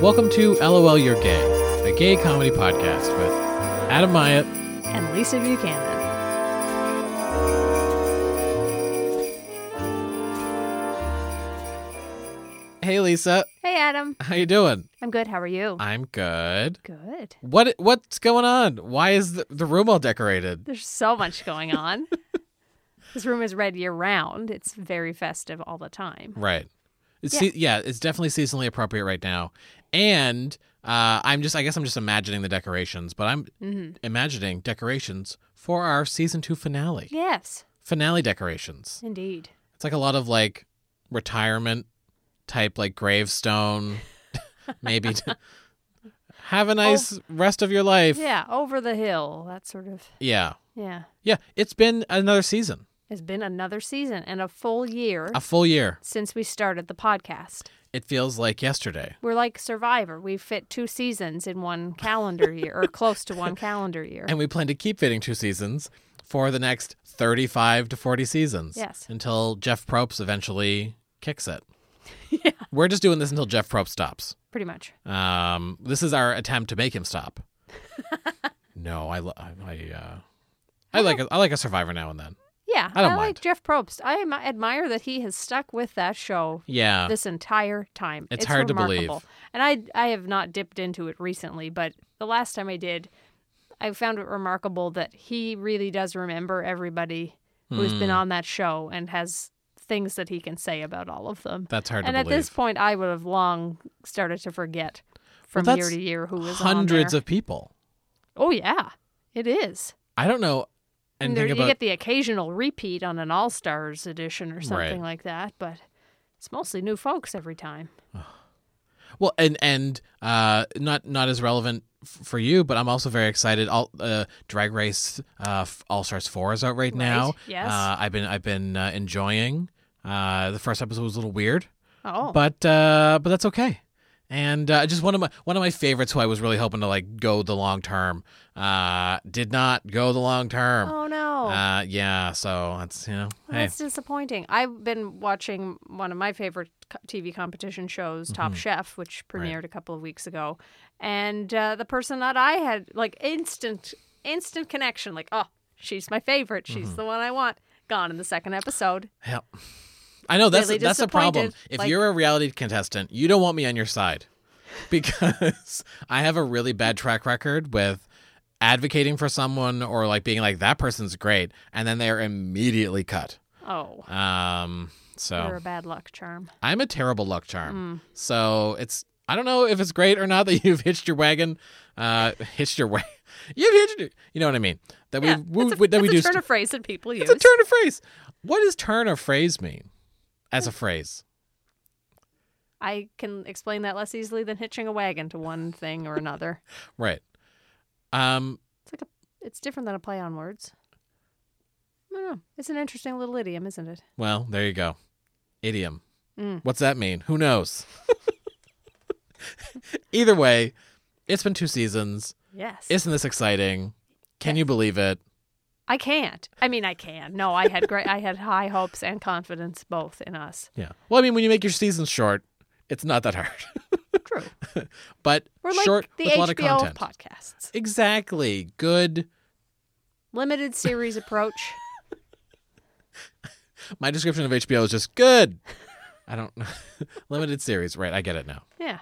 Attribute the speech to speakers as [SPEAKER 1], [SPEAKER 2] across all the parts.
[SPEAKER 1] Welcome to LOL You're Gay, a gay comedy podcast with Adam Myatt.
[SPEAKER 2] and Lisa Buchanan.
[SPEAKER 1] Hey Lisa,
[SPEAKER 2] Hey, Adam.
[SPEAKER 1] how you doing?
[SPEAKER 2] I'm good. How are you?
[SPEAKER 1] I'm good.
[SPEAKER 2] good.
[SPEAKER 1] What what's going on? Why is the, the room all decorated?
[SPEAKER 2] There's so much going on. this room is red year round. It's very festive all the time.
[SPEAKER 1] Right. It's yeah, yeah it's definitely seasonally appropriate right now. And uh, I'm just I guess I'm just imagining the decorations, but I'm
[SPEAKER 2] Mm-hmm.
[SPEAKER 1] imagining decorations for our season 2 finale.
[SPEAKER 2] Yes,
[SPEAKER 1] Finale decorations.
[SPEAKER 2] indeed.
[SPEAKER 1] It's like a lot of like retirement type, like gravestone, maybe. t- Have a nice rest of your life.
[SPEAKER 2] Oh. Yeah, over the hill. That sort of.
[SPEAKER 1] yeah.
[SPEAKER 2] Yeah.
[SPEAKER 1] Yeah. It's been another season,
[SPEAKER 2] It's been another season and a full year
[SPEAKER 1] a full year.
[SPEAKER 2] since we started the podcast.
[SPEAKER 1] It feels like yesterday.
[SPEAKER 2] We're like Survivor. We fit two seasons in one calendar year or close to one calendar year.
[SPEAKER 1] And we plan to keep fitting two seasons for the next 35 to 40 seasons.
[SPEAKER 2] Yes.
[SPEAKER 1] Until Jeff Probst eventually kicks it. yeah. We're just doing this until Jeff Probst stops.
[SPEAKER 2] Pretty much.
[SPEAKER 1] Um, this is our attempt to make him stop. no, I, lo- I, I, uh, I like, a, I like a survivor now and then.
[SPEAKER 2] Yeah.
[SPEAKER 1] I don't mind.
[SPEAKER 2] like Jeff Probst. I am- admire that he has stuck with that show
[SPEAKER 1] Yeah,
[SPEAKER 2] this entire time.
[SPEAKER 1] It's hard to believe.
[SPEAKER 2] remarkable. And I I have not dipped into it recently, but the last time I did, I found it remarkable that he really does remember everybody who's
[SPEAKER 1] Hmm.
[SPEAKER 2] been on that show and has things that he can say about all of them.
[SPEAKER 1] that's hard
[SPEAKER 2] and
[SPEAKER 1] to
[SPEAKER 2] at
[SPEAKER 1] believe.
[SPEAKER 2] this point, I would have long started to forget from
[SPEAKER 1] Well,
[SPEAKER 2] year
[SPEAKER 1] that's
[SPEAKER 2] to year who was
[SPEAKER 1] Hundreds
[SPEAKER 2] on
[SPEAKER 1] of people.
[SPEAKER 2] there. Oh yeah, it is.
[SPEAKER 1] I don't know
[SPEAKER 2] And there,
[SPEAKER 1] anything
[SPEAKER 2] you
[SPEAKER 1] about.
[SPEAKER 2] get the occasional repeat on an All Stars edition or something like that, but it's mostly new folks every time.
[SPEAKER 1] Well, and and uh, not not as relevant f- for you, but I'm also very excited. All uh, Drag Race uh, All Stars Four is out right, now.
[SPEAKER 2] yes.
[SPEAKER 1] uh, I've been I've been uh, enjoying. Uh, the first episode was a little weird.
[SPEAKER 2] Oh,
[SPEAKER 1] but uh, but that's okay. And uh, just one of my one of my favorites, who I was really hoping to like go the long term, uh, did not go the long term.
[SPEAKER 2] oh no.
[SPEAKER 1] Uh, yeah, so that's you know,
[SPEAKER 2] Well,
[SPEAKER 1] hey,
[SPEAKER 2] That's disappointing. I've been watching one of my favorite co- TV competition shows,
[SPEAKER 1] Mm-hmm.
[SPEAKER 2] Top Chef, which premiered a couple of weeks ago, and uh, the person that I had like instant, instant connection. Like, oh, she's my favorite. She's
[SPEAKER 1] Mm-hmm.
[SPEAKER 2] the one I want. Gone in the second episode.
[SPEAKER 1] help. I know that's
[SPEAKER 2] Really
[SPEAKER 1] that's the problem.
[SPEAKER 2] disappointed,
[SPEAKER 1] If
[SPEAKER 2] like-
[SPEAKER 1] you're a reality contestant, you don't want me on your side because I have a really bad track record with advocating for someone or like being like that person's great, and then they're immediately cut.
[SPEAKER 2] Oh,
[SPEAKER 1] Um, so
[SPEAKER 2] you're a bad luck charm.
[SPEAKER 1] I'm a terrible luck
[SPEAKER 2] Hmm.
[SPEAKER 1] charm. So it's I don't know if it's great or not that you've hitched your wagon, uh, hitched your way. You've hitched, your- you know what I mean? That
[SPEAKER 2] yeah,
[SPEAKER 1] we, we
[SPEAKER 2] it's a,
[SPEAKER 1] that we
[SPEAKER 2] it's
[SPEAKER 1] do.
[SPEAKER 2] a turn
[SPEAKER 1] st-
[SPEAKER 2] of phrase that people use.
[SPEAKER 1] it's a turn of phrase. What does turn of phrase mean as
[SPEAKER 2] Hmm.
[SPEAKER 1] a phrase?
[SPEAKER 2] I can explain that less easily than hitching a wagon to one thing or another.
[SPEAKER 1] Right. Um.
[SPEAKER 2] It's like a, it's different than a play on words. I don't know. It's an interesting little idiom, isn't it?
[SPEAKER 1] Well, there you go. Idiom.
[SPEAKER 2] Mm.
[SPEAKER 1] What's that mean? Who knows? Either way, it's been two seasons.
[SPEAKER 2] Yes.
[SPEAKER 1] Isn't this exciting?
[SPEAKER 2] Eh.
[SPEAKER 1] Can you believe it?
[SPEAKER 2] I can't. I mean, I can. No, I had great. I had high hopes and confidence both in us.
[SPEAKER 1] Yeah. Well, I mean, when you make your season short, it's not that hard.
[SPEAKER 2] True.
[SPEAKER 1] but
[SPEAKER 2] We're like
[SPEAKER 1] short
[SPEAKER 2] the
[SPEAKER 1] with
[SPEAKER 2] HBO
[SPEAKER 1] a lot of content.
[SPEAKER 2] podcasts.
[SPEAKER 1] exactly. Good.
[SPEAKER 2] Limited series approach.
[SPEAKER 1] My description of HBO is just good. I don't limited series, right? I get it now.
[SPEAKER 2] Yeah.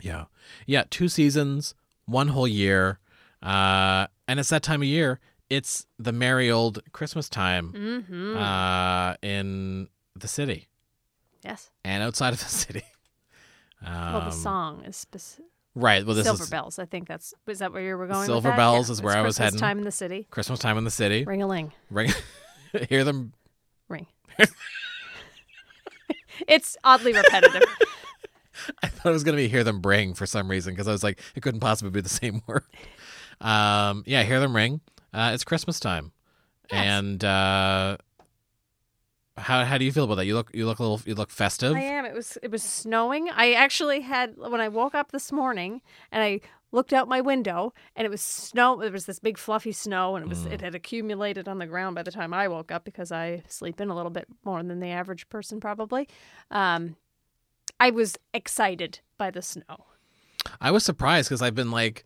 [SPEAKER 1] Yeah. Yeah, two seasons, one whole year. Uh and it's that time of year. It's the merry old Christmas time
[SPEAKER 2] Mm-hmm.
[SPEAKER 1] uh in the city
[SPEAKER 2] yes.
[SPEAKER 1] and outside of the city. Um,
[SPEAKER 2] Well, the song is speci-
[SPEAKER 1] Right. Well, this
[SPEAKER 2] Silver
[SPEAKER 1] is
[SPEAKER 2] Bells. I think that's is that where you were going. with
[SPEAKER 1] Silver
[SPEAKER 2] that?
[SPEAKER 1] Bells
[SPEAKER 2] Yeah.
[SPEAKER 1] is
[SPEAKER 2] It's
[SPEAKER 1] where I was
[SPEAKER 2] Christmas
[SPEAKER 1] heading.
[SPEAKER 2] Time in the city.
[SPEAKER 1] Christmas time in the city.
[SPEAKER 2] Ring a ling.
[SPEAKER 1] Ring. Hear them.
[SPEAKER 2] Ring. it's oddly repetitive.
[SPEAKER 1] I thought it was gonna be hear them ring for some reason because I was like, it couldn't possibly be the same word. Um, yeah, hear them ring. Uh, it's Christmas time,
[SPEAKER 2] Yes.
[SPEAKER 1] and uh, how how do you feel about that? You look you look a little you look festive.
[SPEAKER 2] I am. It was it was snowing. I actually had when I woke up this morning and I looked out my window and it was snow. There was this big fluffy snow and it was
[SPEAKER 1] Mm.
[SPEAKER 2] it had accumulated on the ground by the time I woke up because I sleep in a little bit more than the average person probably. Um, I was excited by the snow.
[SPEAKER 1] I was surprised because I've been like,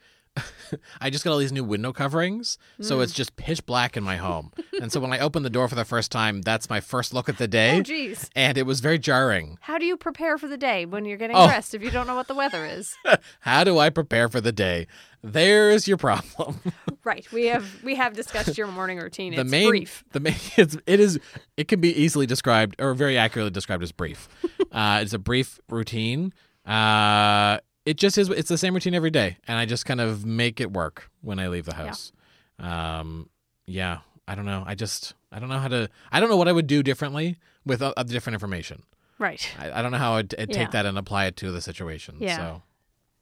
[SPEAKER 1] I just got all these new window coverings, so
[SPEAKER 2] Mm.
[SPEAKER 1] it's just pitch black in my home. and so when I opened the door for the first time, that's my first look at the day,
[SPEAKER 2] Oh, geez.
[SPEAKER 1] and it was very jarring.
[SPEAKER 2] How do you prepare for the day when you're getting
[SPEAKER 1] Oh.
[SPEAKER 2] dressed if you don't know what the weather is?
[SPEAKER 1] How do I prepare for the day? There's your problem.
[SPEAKER 2] right. We have we have discussed your morning routine.
[SPEAKER 1] the
[SPEAKER 2] it's
[SPEAKER 1] main,
[SPEAKER 2] brief.
[SPEAKER 1] the main, it's, it is, it can be easily described or very accurately described as brief. uh, it's a brief routine. Uh, it just is. It's the same routine every day, and I just kind of make it work when I leave the house. Um, yeah, I don't know. I just, I don't know how to. I don't know what I would do differently with o- other different information.
[SPEAKER 2] Right.
[SPEAKER 1] I, I don't know how I'd, I'd
[SPEAKER 2] Yeah.
[SPEAKER 1] take that and apply it to the situation.
[SPEAKER 2] Yeah.
[SPEAKER 1] So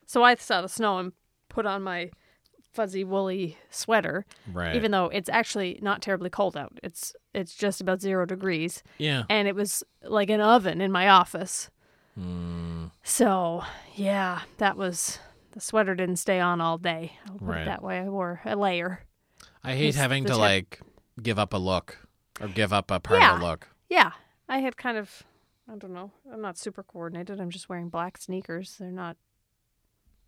[SPEAKER 2] So I saw the snow and put on my fuzzy woolly sweater,
[SPEAKER 1] right.
[SPEAKER 2] even though it's actually not terribly cold out. It's it's just about zero degrees,
[SPEAKER 1] yeah.
[SPEAKER 2] and it was like an oven in my office.
[SPEAKER 1] Hmm.
[SPEAKER 2] So yeah, that was the sweater didn't stay on all day. I'll put
[SPEAKER 1] Right.
[SPEAKER 2] it that way. I wore a layer.
[SPEAKER 1] I hate
[SPEAKER 2] It's
[SPEAKER 1] having
[SPEAKER 2] the
[SPEAKER 1] to
[SPEAKER 2] tip.
[SPEAKER 1] like give up a look or give up a part of a
[SPEAKER 2] Yeah.
[SPEAKER 1] look.
[SPEAKER 2] Yeah, I had kind of I don't know. I'm not super coordinated. I'm just wearing black sneakers. They're not.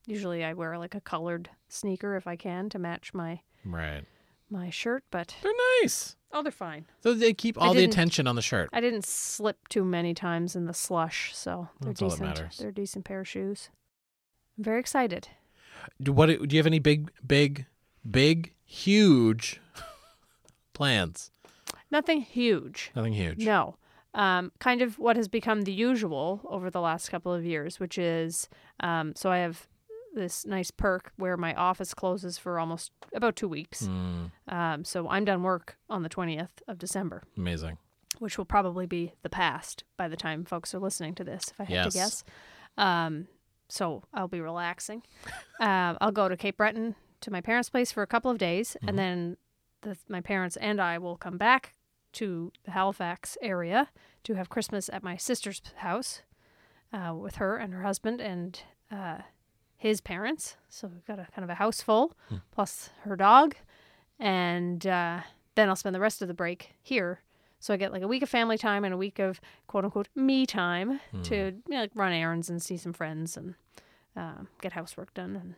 [SPEAKER 2] Usually, I wear like a colored sneaker if I can to match my
[SPEAKER 1] Right.
[SPEAKER 2] my shirt, but
[SPEAKER 1] They're nice.
[SPEAKER 2] oh, they're fine.
[SPEAKER 1] So they keep
[SPEAKER 2] I
[SPEAKER 1] all the
[SPEAKER 2] didn't-
[SPEAKER 1] attention on the shirt.
[SPEAKER 2] I didn't slip too many times in the slush, so they're
[SPEAKER 1] That's all that
[SPEAKER 2] decent.
[SPEAKER 1] matters.
[SPEAKER 2] They're a decent pair of shoes. I'm very excited.
[SPEAKER 1] Do what? Do you have any big, big, big, huge plans?
[SPEAKER 2] Nothing huge.
[SPEAKER 1] Nothing huge.
[SPEAKER 2] No. Um, kind of what has become the usual over the last couple of years, which is um, so I have this nice perk where my office closes for almost about two weeks.
[SPEAKER 1] Mm,
[SPEAKER 2] Um, so I'm done work on the 20th of December,
[SPEAKER 1] amazing.
[SPEAKER 2] which will probably be the past by the time folks are listening to this, if I have
[SPEAKER 1] Yes.
[SPEAKER 2] to guess. Um, so I'll be relaxing. um, I'll go to Cape Breton to my parents' place for a couple of days, and then the, my parents and I will come back to the Halifax area to have Christmas at my sister's house uh, with her and her husband and uh, his parents. So we've got a kind of a house full, plus her dog, and uh, then I'll spend the rest of the break here. So I get like a week of family time and a week of quote unquote me time
[SPEAKER 1] Hmm.
[SPEAKER 2] to you know, like run errands and see some friends and um, get housework done and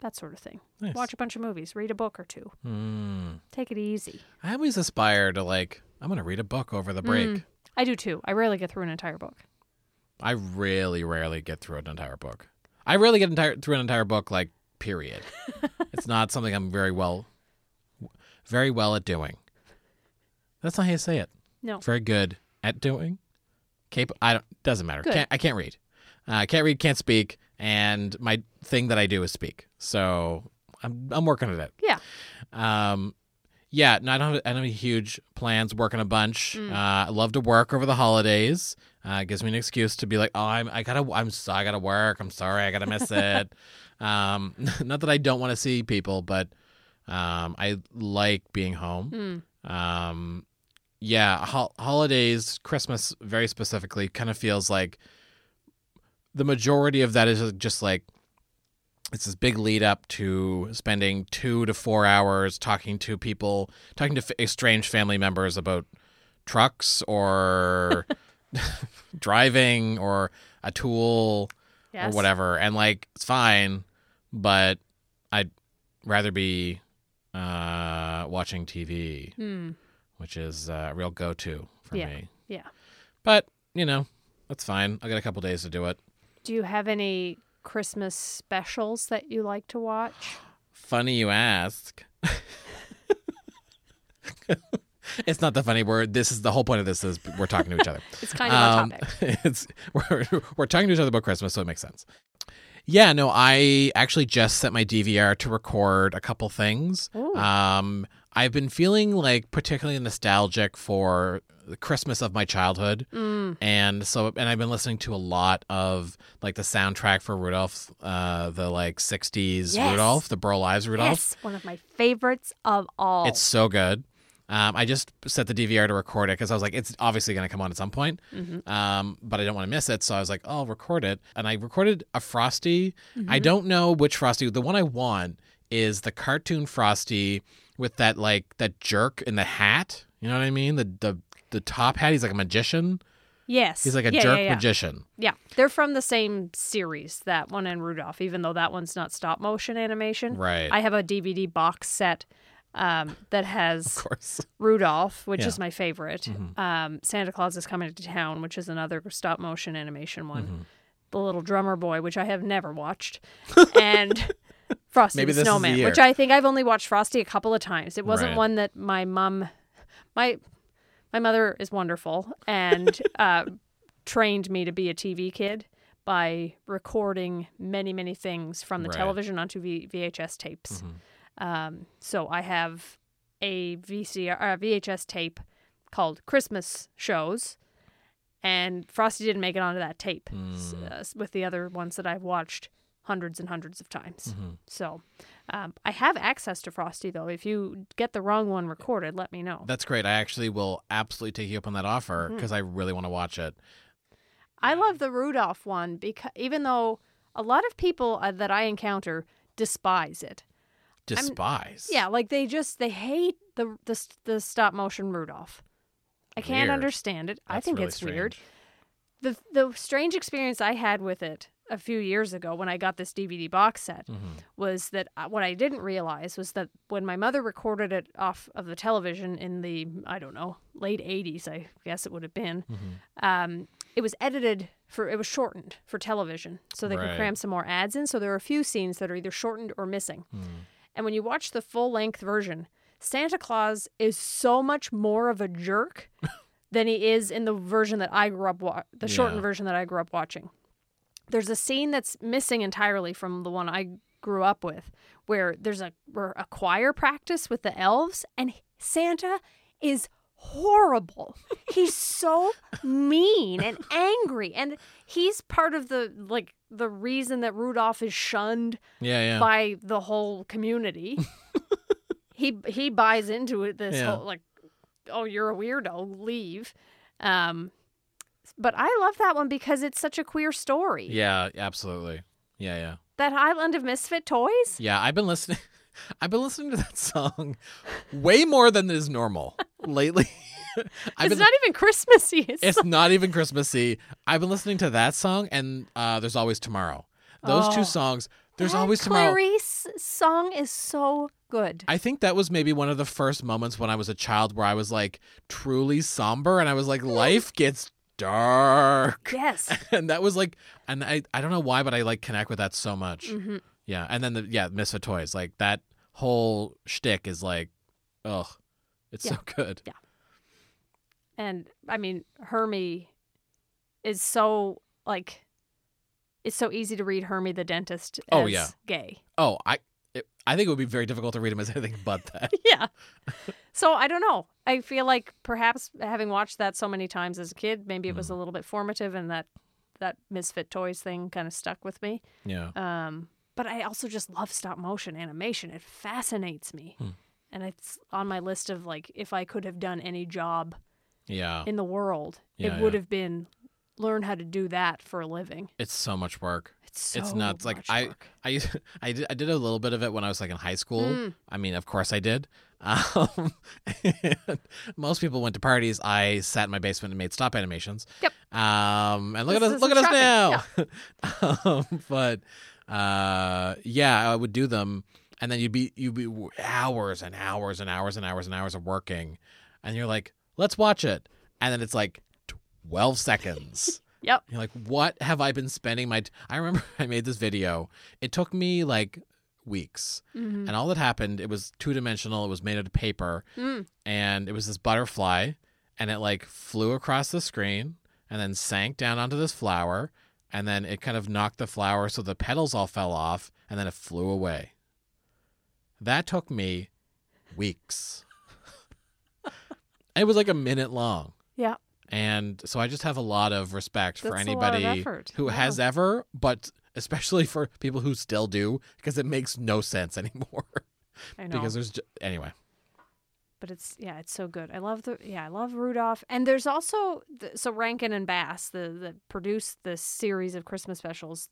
[SPEAKER 2] that sort of thing.
[SPEAKER 1] Nice.
[SPEAKER 2] Watch a bunch of movies, read a book or two.
[SPEAKER 1] Mm.
[SPEAKER 2] Take it easy.
[SPEAKER 1] I always aspire to like. I'm gonna read a book over the
[SPEAKER 2] Hmm.
[SPEAKER 1] break.
[SPEAKER 2] I do too. I rarely get through an entire book.
[SPEAKER 1] I really rarely get through an entire book. I rarely get entire through an entire book. Like period. it's not something I'm very well, very well at doing. That's not how you say it.
[SPEAKER 2] No.
[SPEAKER 1] Very good at doing. Cap- I don't. Doesn't matter.
[SPEAKER 2] Good.
[SPEAKER 1] Can't, I can't read. Uh, I can't read. Can't speak. And my thing that I do is speak. So I'm I'm working at it.
[SPEAKER 2] Yeah.
[SPEAKER 1] Um, yeah, no, I don't have, I don't have any huge plans. Working a bunch. Uh, I love to work over the holidays. Uh, it gives me an excuse to be like, oh, I'm I gotta I'm so- I gotta work. I'm sorry, I gotta miss it. Um, not that I don't want to see people, but um, I like being home. Um, yeah, hol- holidays, Christmas very specifically, kind of feels like the majority of that is just like it's this big lead up to spending two to four hours talking to people, talking to f- strange family members about trucks or driving or a tool
[SPEAKER 2] Yes.
[SPEAKER 1] or whatever. And like, it's fine, but I'd rather be uh, watching TV,
[SPEAKER 2] Hmm.
[SPEAKER 1] which is uh, a real go to for
[SPEAKER 2] Yeah.
[SPEAKER 1] me.
[SPEAKER 2] Yeah.
[SPEAKER 1] But, you know, that's fine. I got a couple days to do it.
[SPEAKER 2] Do you have any Christmas specials that you like to watch?
[SPEAKER 1] Funny you ask. it's not the funny word. This is the whole point of this is we're talking to each other.
[SPEAKER 2] It's kind of on
[SPEAKER 1] Um,
[SPEAKER 2] topic.
[SPEAKER 1] It's we're, we're talking to each other about Christmas, so it makes sense. Yeah, no, I actually just set my DVR to record a couple things.
[SPEAKER 2] Ooh.
[SPEAKER 1] Um, I've been feeling like particularly nostalgic for the Christmas of my childhood,
[SPEAKER 2] Mm.
[SPEAKER 1] and so and I've been listening to a lot of like the soundtrack for Rudolph, uh, the like '60s
[SPEAKER 2] Yes.
[SPEAKER 1] Rudolph, the Burl Ives Rudolph.
[SPEAKER 2] Yes, one of my favorites of all.
[SPEAKER 1] It's so good. Um, I just set the DVR to record it because I was like, it's obviously going to come on at some point,
[SPEAKER 2] Mm-hmm.
[SPEAKER 1] um, but I don't want to miss it. So I was like, oh, I'll record it. And I recorded a Frosty. I
[SPEAKER 2] Mm-hmm.
[SPEAKER 1] don't know which Frosty. The one I want is the cartoon Frosty with that like that jerk in the hat. You know what I mean? The the the top hat. He's like a magician.
[SPEAKER 2] Yes.
[SPEAKER 1] He's like a
[SPEAKER 2] yeah,
[SPEAKER 1] jerk
[SPEAKER 2] yeah, yeah.
[SPEAKER 1] magician.
[SPEAKER 2] Yeah, they're from the same series, that one and Rudolph, even though that one's not stop motion animation.
[SPEAKER 1] Right.
[SPEAKER 2] I have a DVD box set um, that
[SPEAKER 1] Of
[SPEAKER 2] has
[SPEAKER 1] course.
[SPEAKER 2] Rudolph, which
[SPEAKER 1] Yeah. Mm-hmm.
[SPEAKER 2] is my favorite. Um, Santa Claus is Coming to Town, which is another stop motion animation one.
[SPEAKER 1] Mm-hmm.
[SPEAKER 2] The Little Drummer Boy, which I have never watched. and. Frosty
[SPEAKER 1] Maybe
[SPEAKER 2] the
[SPEAKER 1] this is the
[SPEAKER 2] Snowman,
[SPEAKER 1] year.
[SPEAKER 2] which I think I've only watched Frosty a couple of times. It wasn't
[SPEAKER 1] Right.
[SPEAKER 2] one that my mom, my my mother is wonderful and uh, trained me to be a TV kid by recording many, many things from the
[SPEAKER 1] Right.
[SPEAKER 2] television onto v- VHS tapes. Um, so I have a VCR, uh, VHS tape called Christmas Shows, and Frosty didn't make it onto that tape s- uh, s- with the other ones that I've watched hundreds and hundreds of times. So um, I have access to Frosty, though. If you get the wrong one recorded, let me know.
[SPEAKER 1] That's great. I actually will absolutely take you up on that offer
[SPEAKER 2] Mm-hmm.
[SPEAKER 1] because I really want to watch it.
[SPEAKER 2] I love the Rudolph one because even though a lot of people uh, that I encounter despise it.
[SPEAKER 1] Despise.
[SPEAKER 2] Yeah, like they just they hate the the, s- the stop motion Rudolph. I can't
[SPEAKER 1] Weird.
[SPEAKER 2] understand it. I
[SPEAKER 1] That's
[SPEAKER 2] think
[SPEAKER 1] really
[SPEAKER 2] it's weird.
[SPEAKER 1] strange.
[SPEAKER 2] The the strange experience I had with it a few years ago when I got this DVD box set was that I- what I didn't realize was that when my mother recorded it off of the television in the I don't know late '80s, I guess it would have been, um, it was edited for it was shortened for television, so they
[SPEAKER 1] Right.
[SPEAKER 2] could cram some more ads in. So there are a few scenes that are either shortened or missing, and when you watch the full length version, Santa Claus is so much more of a jerk than he is in the version that I grew up wa- the shortened
[SPEAKER 1] Yeah.
[SPEAKER 2] version that I grew up watching there's a scene that's missing entirely from the one I grew up with, where there's a where a choir practice with the elves, and Santa is horrible. he's so mean and angry, and he's part of the like the reason that Rudolph is shunned
[SPEAKER 1] Yeah, yeah.
[SPEAKER 2] by the whole community. he he buys into it this
[SPEAKER 1] Yeah.
[SPEAKER 2] whole like, oh, you're a weirdo, leave. Um, but I love that one because it's such a queer story.
[SPEAKER 1] Yeah, absolutely. Yeah, yeah.
[SPEAKER 2] That Island of Misfit Toys.
[SPEAKER 1] Yeah, I've been listening I've been listening to that song way more than is normal lately. I've
[SPEAKER 2] it's
[SPEAKER 1] been
[SPEAKER 2] not even Christmassy. It's,
[SPEAKER 1] It's not even Christmassy. I've been listening to that song and uh, There's Always Tomorrow. Those two
[SPEAKER 2] Oh.
[SPEAKER 1] songs, There's
[SPEAKER 2] That
[SPEAKER 1] Always Tomorrow.
[SPEAKER 2] Clarice song is so good.
[SPEAKER 1] I think that was maybe one of the first moments when I was a child where I was like truly somber and I was
[SPEAKER 2] Hmm.
[SPEAKER 1] like, life gets dark.
[SPEAKER 2] yes.
[SPEAKER 1] And that was like, and I, I don't know why, but I like connect with that so much.
[SPEAKER 2] hmm
[SPEAKER 1] Yeah. And then the, yeah, Misfit Toys, like that whole shtick is like, ugh, it's so good.
[SPEAKER 2] And I mean, Hermie is so like. It's so easy to read Hermie the dentist.
[SPEAKER 1] Oh,
[SPEAKER 2] as
[SPEAKER 1] yeah.
[SPEAKER 2] Gay.
[SPEAKER 1] Oh, I, it, I think it would be very difficult to read him as anything but that.
[SPEAKER 2] yeah. So I don't know. I feel like perhaps having watched that so many times as a kid, maybe it was
[SPEAKER 1] Mm-hmm.
[SPEAKER 2] a little bit formative, and that that Misfit Toys thing kind of stuck with me.
[SPEAKER 1] Yeah.
[SPEAKER 2] Um, but I also just love stop motion animation. It fascinates me,
[SPEAKER 1] Hmm.
[SPEAKER 2] and it's on my list of like if I could have done any job
[SPEAKER 1] Yeah.
[SPEAKER 2] in the world,
[SPEAKER 1] Yeah,
[SPEAKER 2] it would
[SPEAKER 1] yeah.
[SPEAKER 2] have been learn how to do that for a living.
[SPEAKER 1] It's so much work.
[SPEAKER 2] It's so
[SPEAKER 1] It's nuts. Like,
[SPEAKER 2] much
[SPEAKER 1] I-
[SPEAKER 2] work.
[SPEAKER 1] I used- I did, I did a little bit of it when I was like in high school.
[SPEAKER 2] Mm.
[SPEAKER 1] I mean, of course I did. Um, and most people went to parties. I sat in my basement and made stop animations.
[SPEAKER 2] Yep.
[SPEAKER 1] Um, and look
[SPEAKER 2] This
[SPEAKER 1] at us!
[SPEAKER 2] is
[SPEAKER 1] Look at
[SPEAKER 2] some
[SPEAKER 1] us now. um, but uh, yeah, I would do them, and then you'd be you'd be hours and hours and hours and hours and hours of working, and you're like, let's watch it, and then it's like twelve seconds.
[SPEAKER 2] Yep.
[SPEAKER 1] You're like, what have I been spending my? T-? I remember I made this video. It took me like weeks,
[SPEAKER 2] Mhm.
[SPEAKER 1] and all that happened, it was two dimensional. It was made out of paper,
[SPEAKER 2] Mm.
[SPEAKER 1] and it was this butterfly, and it like flew across the screen, and then sank down onto this flower, and then it kind of knocked the flower, so the petals all fell off, and then it flew away. That took me weeks. it was like a minute long.
[SPEAKER 2] Yeah.
[SPEAKER 1] And so I just have a lot of respect for
[SPEAKER 2] That's a lot of
[SPEAKER 1] anybody
[SPEAKER 2] effort.
[SPEAKER 1] who
[SPEAKER 2] Yeah.
[SPEAKER 1] has ever, but especially for people who still do, because it makes no sense anymore.
[SPEAKER 2] I know.
[SPEAKER 1] because there's ju- anyway.
[SPEAKER 2] but it's yeah, it's so good. I love the yeah, I love Rudolph, and there's also the, so Rankin and Bass, the that produced this series of Christmas specials.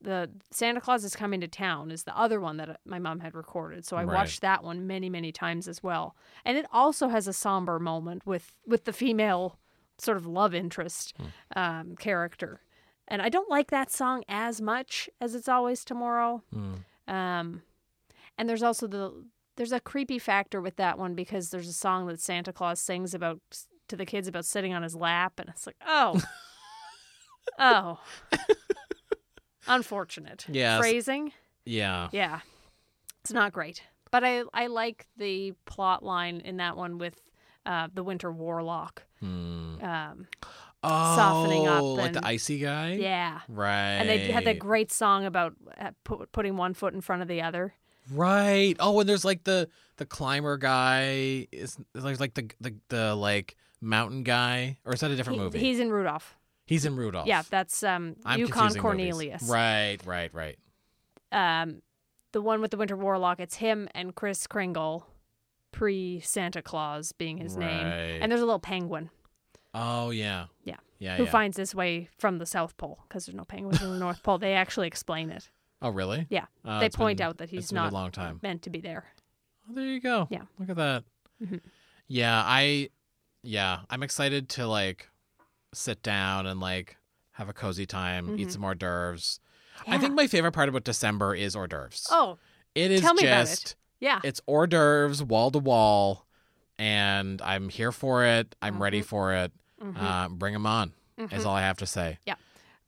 [SPEAKER 2] The Santa Claus is coming to town is the other one that my mom had recorded, so I
[SPEAKER 1] Right.
[SPEAKER 2] watched that one many many times as well. And it also has a somber moment with with the female sort of love interest um, character. And I don't like that song as much as It's Always Tomorrow.
[SPEAKER 1] Mm.
[SPEAKER 2] Um, and there's also the there's a creepy factor with that one because there's a song that Santa Claus sings about to the kids about sitting on his lap, and it's like, oh, oh, unfortunate
[SPEAKER 1] Yes.
[SPEAKER 2] phrasing.
[SPEAKER 1] Yeah.
[SPEAKER 2] Yeah, it's not great, but I I like the plot line in that one with uh, the Winter Warlock.
[SPEAKER 1] Mm.
[SPEAKER 2] Um,
[SPEAKER 1] Oh,
[SPEAKER 2] Softening up
[SPEAKER 1] like the
[SPEAKER 2] and-
[SPEAKER 1] icy guy.
[SPEAKER 2] yeah,
[SPEAKER 1] Right.
[SPEAKER 2] and they had that great song about uh, pu- putting one foot in front of the other.
[SPEAKER 1] Right. Oh, and there's like the the climber guy. Is there's like the the the like mountain guy, or is that a different
[SPEAKER 2] He-
[SPEAKER 1] movie?
[SPEAKER 2] He's in Rudolph.
[SPEAKER 1] He's in Rudolph.
[SPEAKER 2] Yeah, that's um,
[SPEAKER 1] I'm
[SPEAKER 2] Yukon
[SPEAKER 1] confusing movies.
[SPEAKER 2] Cornelius.
[SPEAKER 1] Right. Right. Right.
[SPEAKER 2] um, the one with the Winter Warlock, it's him and Chris Kringle, pre Santa Claus being his name.
[SPEAKER 1] Right.
[SPEAKER 2] And there's a little penguin
[SPEAKER 1] Oh yeah.
[SPEAKER 2] Yeah.
[SPEAKER 1] Yeah.
[SPEAKER 2] who
[SPEAKER 1] yeah.
[SPEAKER 2] finds his way from the South Pole because there's no penguins in the North Pole. They actually explain it.
[SPEAKER 1] oh really?
[SPEAKER 2] Yeah.
[SPEAKER 1] Uh,
[SPEAKER 2] they
[SPEAKER 1] it's
[SPEAKER 2] point
[SPEAKER 1] been-
[SPEAKER 2] out that
[SPEAKER 1] it's
[SPEAKER 2] he's
[SPEAKER 1] been
[SPEAKER 2] not
[SPEAKER 1] a long time.
[SPEAKER 2] meant to be there.
[SPEAKER 1] Oh, there you go.
[SPEAKER 2] Yeah.
[SPEAKER 1] Look at that.
[SPEAKER 2] Mhm.
[SPEAKER 1] Yeah, I yeah, I'm excited to like sit down and like have a cozy time, eat
[SPEAKER 2] Mhm.
[SPEAKER 1] some hors d'oeuvres. I
[SPEAKER 2] Yeah.
[SPEAKER 1] think my favorite part about December is hors d'oeuvres.
[SPEAKER 2] Oh,
[SPEAKER 1] it is
[SPEAKER 2] tell me about it.
[SPEAKER 1] just
[SPEAKER 2] yeah.
[SPEAKER 1] it's hors d'oeuvres wall to wall and I'm here for it. I'm ready
[SPEAKER 2] Mhm.
[SPEAKER 1] for it.
[SPEAKER 2] Mhm,
[SPEAKER 1] Uh, bring 'em on.
[SPEAKER 2] mhm.
[SPEAKER 1] Is all I have to say.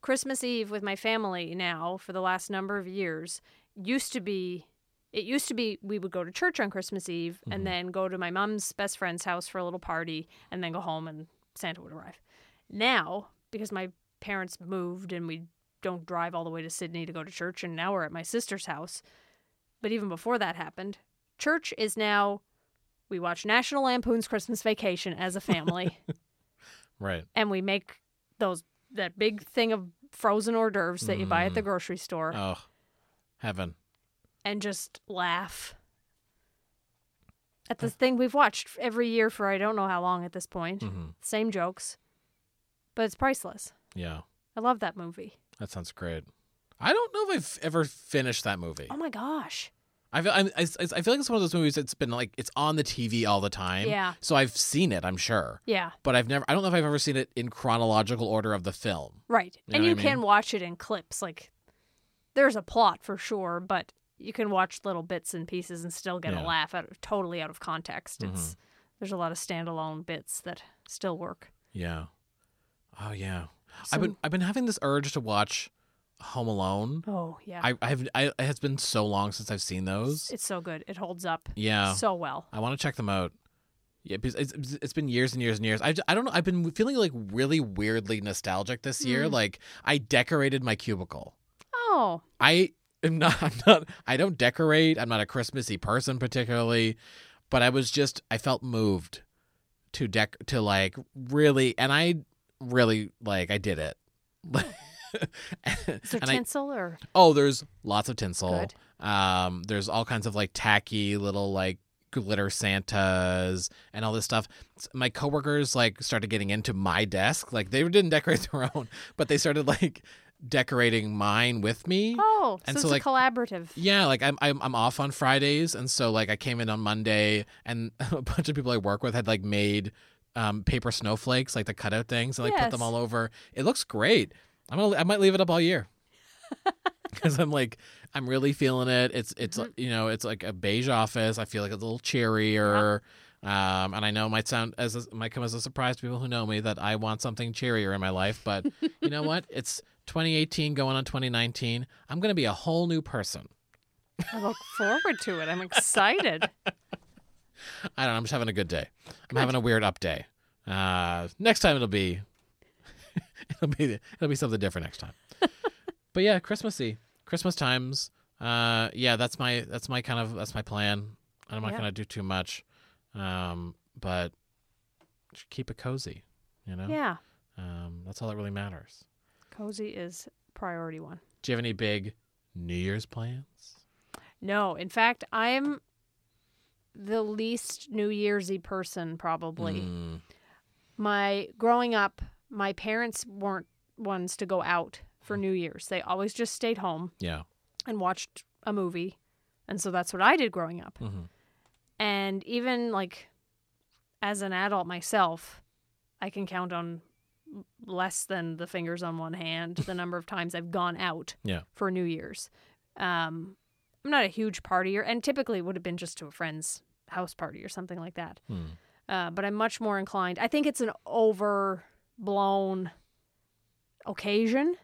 [SPEAKER 2] Christmas Eve with my family now for the last number of years used to be it used to be we would go to church on Christmas Eve
[SPEAKER 1] Mhm.
[SPEAKER 2] and then go to my mom's best friend's house for a little party and then go home and Santa would arrive. Now, because my parents moved and we don't drive all the way to Sydney to go to church and now we're at my sister's house, but even before that happened, church is now we watch National Lampoon's Christmas Vacation as a family
[SPEAKER 1] Right.
[SPEAKER 2] and we make those that big thing of frozen hors d'oeuvres that you buy at the grocery store
[SPEAKER 1] Oh. Heaven.
[SPEAKER 2] and just laugh at this thing we've watched every year for I don't know how long at this point.
[SPEAKER 1] Mhm.
[SPEAKER 2] Same jokes, but it's priceless.
[SPEAKER 1] Yeah.
[SPEAKER 2] I love that movie.
[SPEAKER 1] That sounds great. I don't know if I've ever finished that movie.
[SPEAKER 2] Oh my gosh.
[SPEAKER 1] I feel I'm, I, I feel like it's one of those movies that's been like it's on the TV all the time.
[SPEAKER 2] Yeah.
[SPEAKER 1] So I've seen it, I'm sure,
[SPEAKER 2] Yeah,
[SPEAKER 1] but I've never. I don't know if I've ever seen it in chronological order of the film.
[SPEAKER 2] right.
[SPEAKER 1] You know
[SPEAKER 2] and
[SPEAKER 1] what I
[SPEAKER 2] you
[SPEAKER 1] mean?
[SPEAKER 2] can watch it in clips. Like, there's a plot for sure, but you can watch little bits and pieces and still get
[SPEAKER 1] Yeah. Mm-hmm.
[SPEAKER 2] a laugh out of, totally out of context. It's there's a lot of standalone bits that still work.
[SPEAKER 1] Yeah. Oh yeah.
[SPEAKER 2] So-
[SPEAKER 1] I've been I've been having this urge to watch Home Alone.
[SPEAKER 2] Oh yeah,
[SPEAKER 1] I I've I, it has been so long since I've seen those.
[SPEAKER 2] it's so good. It holds up
[SPEAKER 1] Yeah.
[SPEAKER 2] so well.
[SPEAKER 1] I want to check them out. Yeah, because it's, it's it's been years and years and years. I, j- I don't know. I've been feeling like really weirdly nostalgic this year.
[SPEAKER 2] Mm.
[SPEAKER 1] Like I decorated my cubicle.
[SPEAKER 2] Oh,
[SPEAKER 1] I am not I'm not I don't decorate. I'm not a Christmassy person particularly, but I was just I felt moved to dec to like really and I really like I did it.
[SPEAKER 2] is there
[SPEAKER 1] And I-
[SPEAKER 2] tinsel or
[SPEAKER 1] oh, there's lots of tinsel.
[SPEAKER 2] Good.
[SPEAKER 1] Um there's all kinds of like tacky little like glitter santas and all this stuff S- my coworkers like started getting into my desk like they didn't decorate their own but they started like decorating mine with me
[SPEAKER 2] oh, so
[SPEAKER 1] and
[SPEAKER 2] it's
[SPEAKER 1] so, like-
[SPEAKER 2] a collaborative.
[SPEAKER 1] yeah, like I'm, I'm I'm off on Fridays, and so like I came in on Monday, and a bunch of people I work with had like made um, paper snowflakes, like the cutout things, and like put them
[SPEAKER 2] Yes.
[SPEAKER 1] all over. It looks great. I'm gonna, I might leave it up all year because I'm like I'm really feeling it. It's it's
[SPEAKER 2] Mhm.
[SPEAKER 1] you know it's like a beige office. I feel like it's a little cheerier. Um, and I know it might sound as a, might come as a surprise to people who know me that I want something cheerier in my life, but you know what? It's 2018 going on 2019. I'm gonna be a whole new person.
[SPEAKER 2] I look forward to it. I'm excited.
[SPEAKER 1] I don't know. I'm just having a good day. I'm having a weird up day. Uh, next time it'll be, it'll be, it'll be something different next time. but yeah, Christmassy, Christmas times. Uh, yeah, that's my, that's my kind of, that's my plan. And I'm not
[SPEAKER 2] Yeah.
[SPEAKER 1] gonna do too much, um, but just keep it cozy. You know,
[SPEAKER 2] yeah,
[SPEAKER 1] um, that's all that really matters.
[SPEAKER 2] cozy is priority one.
[SPEAKER 1] Do you have any big New Year's plans?
[SPEAKER 2] No, in fact, I'm the least New Year's y person probably.
[SPEAKER 1] Mm,
[SPEAKER 2] my growing up, my parents weren't ones to go out for
[SPEAKER 1] Mm.
[SPEAKER 2] New Year's. They always just stayed home
[SPEAKER 1] yeah.
[SPEAKER 2] and watched a movie. And so that's what I did growing up.
[SPEAKER 1] hmm
[SPEAKER 2] And even like as an adult myself, I can count on less than the fingers on one hand the number of times I've gone out
[SPEAKER 1] Yeah.
[SPEAKER 2] for New Year's. Um, I'm not a huge partier, and typically it would have been just to a friend's house party or something like that.
[SPEAKER 1] Hmm.
[SPEAKER 2] Uh, but I'm much more inclined. I think it's an overblown occasion.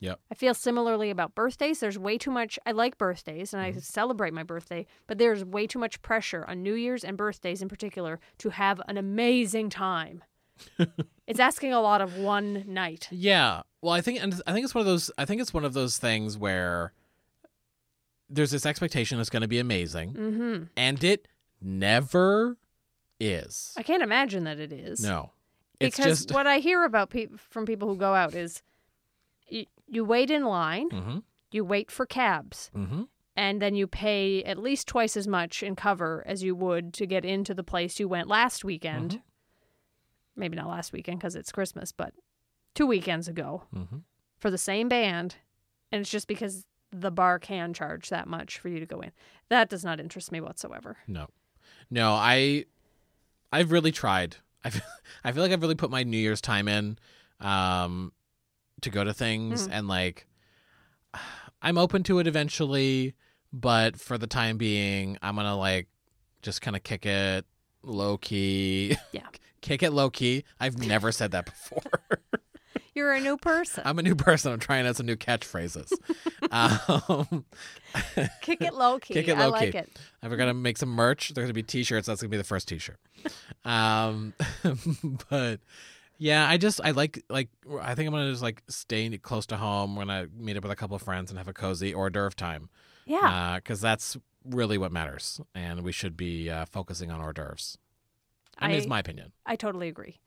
[SPEAKER 1] Yep.
[SPEAKER 2] I feel similarly about birthdays. There's way too much. I like birthdays and
[SPEAKER 1] Mm-hmm.
[SPEAKER 2] I celebrate my birthday, but there's way too much pressure on New Year's and birthdays in particular to have an amazing time. it's asking a lot of one night.
[SPEAKER 1] Yeah. Well, I think and I think it's one of those I think it's one of those things where there's this expectation it's going to be amazing
[SPEAKER 2] hmm
[SPEAKER 1] and it never is.
[SPEAKER 2] I can't imagine that it is.
[SPEAKER 1] No. It's
[SPEAKER 2] because
[SPEAKER 1] just
[SPEAKER 2] what I hear about pe- from people who go out is you, you wait in line,
[SPEAKER 1] Mhm.
[SPEAKER 2] you wait for cabs,
[SPEAKER 1] Mhm.
[SPEAKER 2] and then you pay at least twice as much in cover as you would to get into the place you went last weekend.
[SPEAKER 1] Mm-hmm.
[SPEAKER 2] Maybe not last weekend because it's Christmas, but two weekends ago
[SPEAKER 1] Mhm.
[SPEAKER 2] for the same band. And it's just because the bar can charge that much for you to go in. That does not interest me whatsoever.
[SPEAKER 1] No. No, I I've really tried. I feel, I feel like I've really put my New Year's time in um to go to things and like I'm open to it eventually, but for the time being, I'm going to like just kind of kick it low key.
[SPEAKER 2] Yeah.
[SPEAKER 1] kick it low key. I've never said that before.
[SPEAKER 2] You're a new person.
[SPEAKER 1] I'm a new person. I'm trying out some new catchphrases. um,
[SPEAKER 2] Kick it low key.
[SPEAKER 1] Kick it
[SPEAKER 2] I
[SPEAKER 1] low
[SPEAKER 2] like
[SPEAKER 1] key.
[SPEAKER 2] it.
[SPEAKER 1] and we're gonna make some merch. There's gonna be t-shirts. That's gonna be the first t-shirt. Um, but yeah, I just I like like I think I'm gonna just like stay close to home. We're gonna meet up with a couple of friends and have a cozy hors d'oeuvre time.
[SPEAKER 2] Yeah.
[SPEAKER 1] because that's really what matters, and we should be uh, focusing on hors d'oeuvres. I, mean, it's
[SPEAKER 2] I-
[SPEAKER 1] my opinion.
[SPEAKER 2] I totally agree.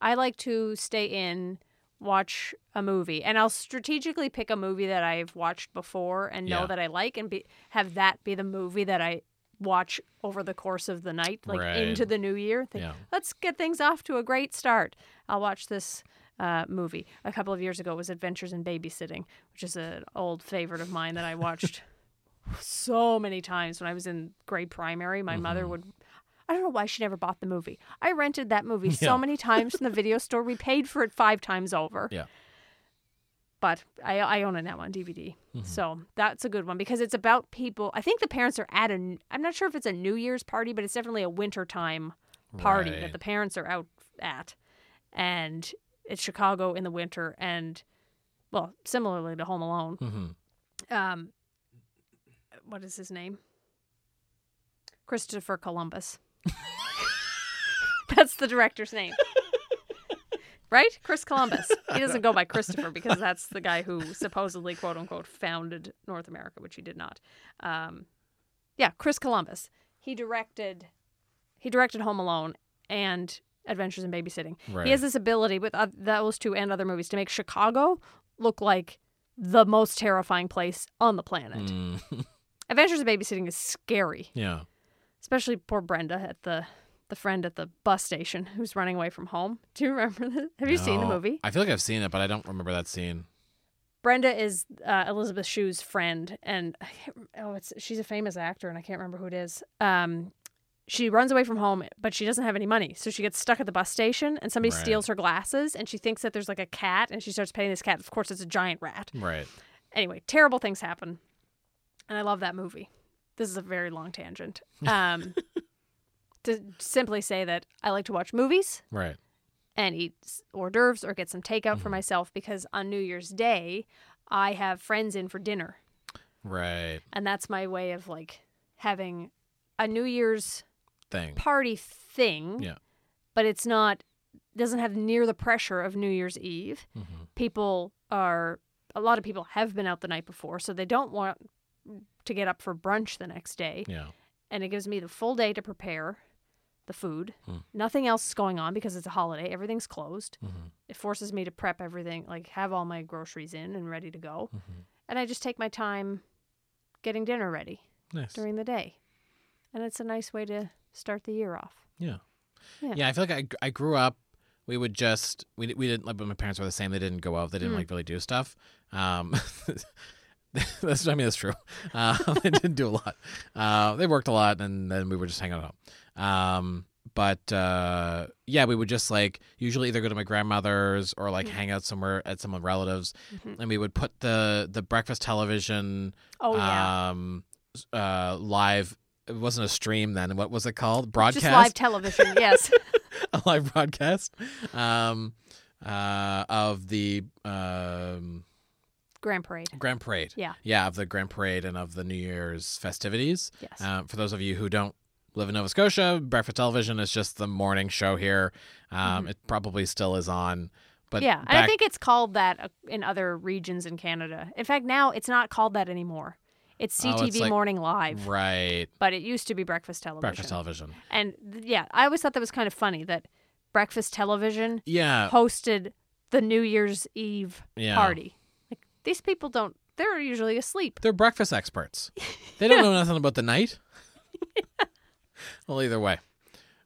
[SPEAKER 2] I like to stay in, watch a movie, and I'll strategically pick a movie that I've watched before and know
[SPEAKER 1] Yeah.
[SPEAKER 2] that I like, and be, have that be the movie that I watch over the course of the night, like
[SPEAKER 1] Right.
[SPEAKER 2] into the new year. Think,
[SPEAKER 1] Yeah.
[SPEAKER 2] Let's get things off to a great start. I'll watch this uh, movie. A couple of years ago was Adventures in Babysitting, which is an old favorite of mine that I watched so many times when I was in grade primary. My mother
[SPEAKER 1] Mm-hmm.
[SPEAKER 2] would. I don't know why she never bought the movie. I rented that movie
[SPEAKER 1] Yeah.
[SPEAKER 2] so many times from the video store. We paid for it five times over.
[SPEAKER 1] Yeah.
[SPEAKER 2] But I, I own it now on DVD.
[SPEAKER 1] Mm-hmm.
[SPEAKER 2] So that's a good one because it's about people. I think the parents are at a, I'm not sure if it's a New Year's party, but it's definitely a wintertime party
[SPEAKER 1] Right.
[SPEAKER 2] that the parents are out at. And it's Chicago in the winter. And, well, similarly to Home Alone,
[SPEAKER 1] hmm
[SPEAKER 2] um, what is his name? Christopher Columbus. That's the director's name. Right? Chris Columbus. He doesn't go by Christopher because that's the guy who supposedly, quote unquote, founded North America, which he did not. Um, yeah, Chris Columbus. He directed he directed Home Alone and Adventures in Babysitting.
[SPEAKER 1] Right.
[SPEAKER 2] He has this ability with oth- those two and other movies to make Chicago look like the most terrifying place on the planet.
[SPEAKER 1] Mm,
[SPEAKER 2] Adventures in Babysitting is scary,
[SPEAKER 1] yeah.
[SPEAKER 2] especially poor Brenda at the the friend at the bus station who's running away from home. Do you remember this? Have you seen the
[SPEAKER 1] No.
[SPEAKER 2] movie?
[SPEAKER 1] I feel like I've seen it, but I don't remember that scene.
[SPEAKER 2] Brenda is uh, Elizabeth Shue's friend, and I can't, rem- oh, it's she's a famous actor, and I can't remember who it is. Um, she runs away from home, but she doesn't have any money, so she gets stuck at the bus station, and somebody
[SPEAKER 1] Right.
[SPEAKER 2] steals her glasses, and she thinks that there's like a cat, and she starts petting this cat. Of course, it's a giant rat.
[SPEAKER 1] Right.
[SPEAKER 2] Anyway, terrible things happen, and I love that movie. This is a very long tangent. Um, to simply say that I like to watch movies
[SPEAKER 1] Right.
[SPEAKER 2] and eat s- hors d'oeuvres or get some takeout
[SPEAKER 1] Mm-hmm.
[SPEAKER 2] for myself because on New Year's Day, I have friends in for dinner.
[SPEAKER 1] Right.
[SPEAKER 2] And that's my way of like having a New Year's
[SPEAKER 1] Thing.
[SPEAKER 2] party thing.
[SPEAKER 1] Yeah.
[SPEAKER 2] But it's not, doesn't have near the pressure of New Year's Eve.
[SPEAKER 1] Mhm.
[SPEAKER 2] People are, a lot of people have been out the night before, so they don't want to get up for brunch the next day
[SPEAKER 1] Yeah.
[SPEAKER 2] and it gives me the full day to prepare the food.
[SPEAKER 1] Hmm.
[SPEAKER 2] Nothing else is going on because it's a holiday. Everything's closed.
[SPEAKER 1] Mhm.
[SPEAKER 2] It forces me to prep everything, like have all my groceries in and ready to go.
[SPEAKER 1] Mhm.
[SPEAKER 2] And I just take my time getting dinner ready
[SPEAKER 1] Nice.
[SPEAKER 2] during the day. And it's a nice way to start the year off.
[SPEAKER 1] Yeah.
[SPEAKER 2] Yeah.
[SPEAKER 1] yeah. I feel like I, gr- I grew up. We would just we we didn't like but my parents were the same. They didn't go out. They didn't
[SPEAKER 2] Mm.
[SPEAKER 1] like really do stuff. Um, that's I mean that's true. Um, they didn't do a lot. Uh, they worked a lot, and then we were just hanging out. Um, But uh, yeah, we would just like usually either go to my grandmother's or
[SPEAKER 2] Hmm.
[SPEAKER 1] like hang out somewhere at some relatives, and we would put the the breakfast television
[SPEAKER 2] Mm-hmm. Oh yeah.
[SPEAKER 1] um s- uh live. It wasn't a stream then. What was it called?
[SPEAKER 2] Just
[SPEAKER 1] Broadcast
[SPEAKER 2] live television, yes.
[SPEAKER 1] a live broadcast um, uh, of the um,
[SPEAKER 2] Grand Parade.
[SPEAKER 1] Grand Parade.
[SPEAKER 2] Yeah.
[SPEAKER 1] Yeah, of the Grand Parade and of the New Year's festivities.
[SPEAKER 2] Yes.
[SPEAKER 1] Uh, for those of you who don't live in Nova Scotia, Breakfast Television is just the morning show here. Um, It probably still is on. But
[SPEAKER 2] Mm-hmm. yeah, and I
[SPEAKER 1] back-
[SPEAKER 2] think it's called that uh, in other regions in Canada. In fact, now it's not called that anymore. It's
[SPEAKER 1] Oh, it's
[SPEAKER 2] CTV
[SPEAKER 1] like-
[SPEAKER 2] Morning Live,
[SPEAKER 1] Right.
[SPEAKER 2] but it used to be breakfast television.
[SPEAKER 1] Breakfast Television.
[SPEAKER 2] And th- yeah, I always thought that was kind of funny that breakfast television
[SPEAKER 1] Yeah.
[SPEAKER 2] hosted the New Year's Eve
[SPEAKER 1] Yeah.
[SPEAKER 2] party. Like these people don't they're usually asleep.
[SPEAKER 1] They're breakfast experts. They don't know nothing about the night. well, either way,